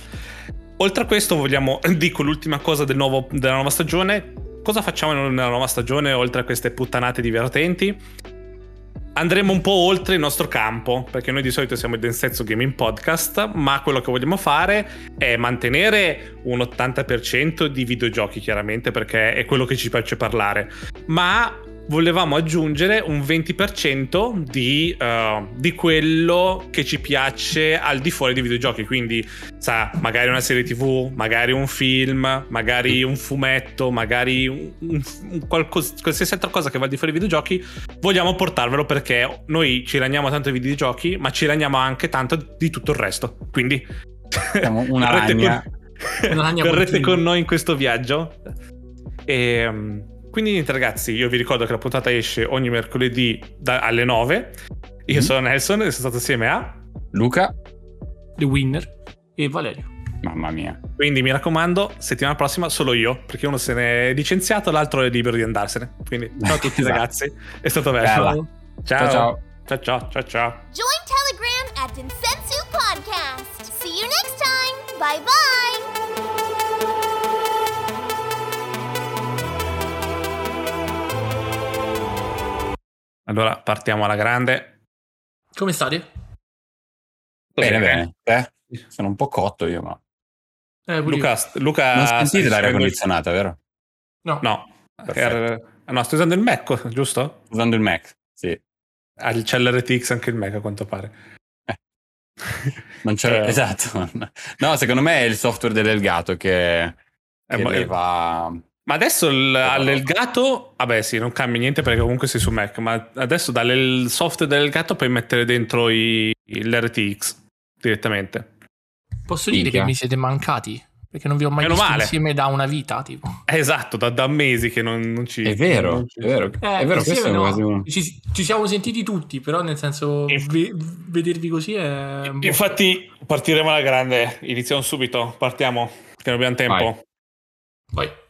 Speaker 1: Oltre a questo, vogliamo, [laughs] dico l'ultima cosa del nuovo- della nuova stagione. Cosa facciamo nella nuova stagione, oltre a queste puttanate divertenti? Andremo un po' oltre il nostro campo, perché noi di solito siamo il Densetsu Gaming Podcast, ma quello che vogliamo fare è mantenere un 80% di videogiochi, chiaramente, perché è quello che ci piace parlare, ma volevamo aggiungere un 20% di, eh, di quello che ci piace al di fuori dei videogiochi, quindi sa, magari una serie tv, magari un film, magari un fumetto, magari un, un- un qualcos- qualsiasi altra cosa che va al di fuori dei videogiochi, vogliamo portarvelo perché noi ci ragniamo tanto dei videogiochi, ma ci ragniamo anche tanto di tutto il resto. Quindi
Speaker 2: Siamo una
Speaker 1: verrete
Speaker 2: ragna.
Speaker 1: Con...
Speaker 3: Una ragna
Speaker 1: verrete
Speaker 3: continua.
Speaker 1: con noi in questo viaggio. E, um, quindi niente ragazzi, io vi ricordo che la puntata esce ogni mercoledì da- alle 9.
Speaker 2: Mm-hmm.
Speaker 1: Io sono Nelson e sono stato assieme a
Speaker 2: Luca,
Speaker 3: The Winner e Valerio.
Speaker 2: Mamma mia.
Speaker 1: Quindi mi raccomando, settimana prossima solo io, perché uno se n'è licenziato, l'altro è libero di andarsene. Quindi ciao a
Speaker 2: [laughs]
Speaker 1: tutti
Speaker 2: Esatto.
Speaker 1: ragazzi, è stato
Speaker 2: Bella.
Speaker 1: bello.
Speaker 2: Ciao, ciao.
Speaker 1: ciao ciao ciao ciao.
Speaker 5: Join Telegram at Densetsu Podcast. See you next time. Bye bye.
Speaker 1: Allora partiamo alla grande.
Speaker 3: Come state?
Speaker 2: Bene, bene. Eh? Sono un po' cotto io, ma...
Speaker 3: Eh, pure io.
Speaker 1: Luca, Luca
Speaker 2: Non sentite
Speaker 1: stai
Speaker 2: l'aria
Speaker 1: usando il-
Speaker 2: condizionata, vero?
Speaker 3: No.
Speaker 1: No,
Speaker 2: Perfetto.
Speaker 1: Er- no, sto usando il Mac, giusto?
Speaker 2: Usando il Mac, sì.
Speaker 1: Ah, C'è l'RTX anche il Mac a quanto pare.
Speaker 2: Non c'è...
Speaker 1: Eh.
Speaker 2: Esatto. [laughs] No, secondo me è il software dell'Elgato che...
Speaker 1: Eh,
Speaker 2: che
Speaker 1: ma-
Speaker 2: leva-
Speaker 1: Ma adesso il- all'Elgato, vabbè sì, non cambia niente perché comunque sei su Mac, ma adesso dal software dell'Elgato puoi mettere dentro i- l'RTX direttamente.
Speaker 3: Posso dire
Speaker 2: Minchia.
Speaker 3: che mi siete mancati? Perché non vi ho mai
Speaker 1: Meno
Speaker 3: visto
Speaker 1: male.
Speaker 3: insieme da una vita, tipo.
Speaker 1: Eh, Esatto, da, da mesi che non, non ci...
Speaker 2: È vero,
Speaker 1: non ci-
Speaker 2: è vero. è vero,
Speaker 3: Eh, insieme
Speaker 2: questo è
Speaker 3: no.
Speaker 2: quasi un...
Speaker 3: ci, ci siamo sentiti tutti, però nel senso
Speaker 1: Inf-
Speaker 3: ve- vedervi così è... boh.
Speaker 1: Infatti partiremo alla grande, iniziamo subito, partiamo, che non abbiamo tempo.
Speaker 2: Vai.
Speaker 3: Vai.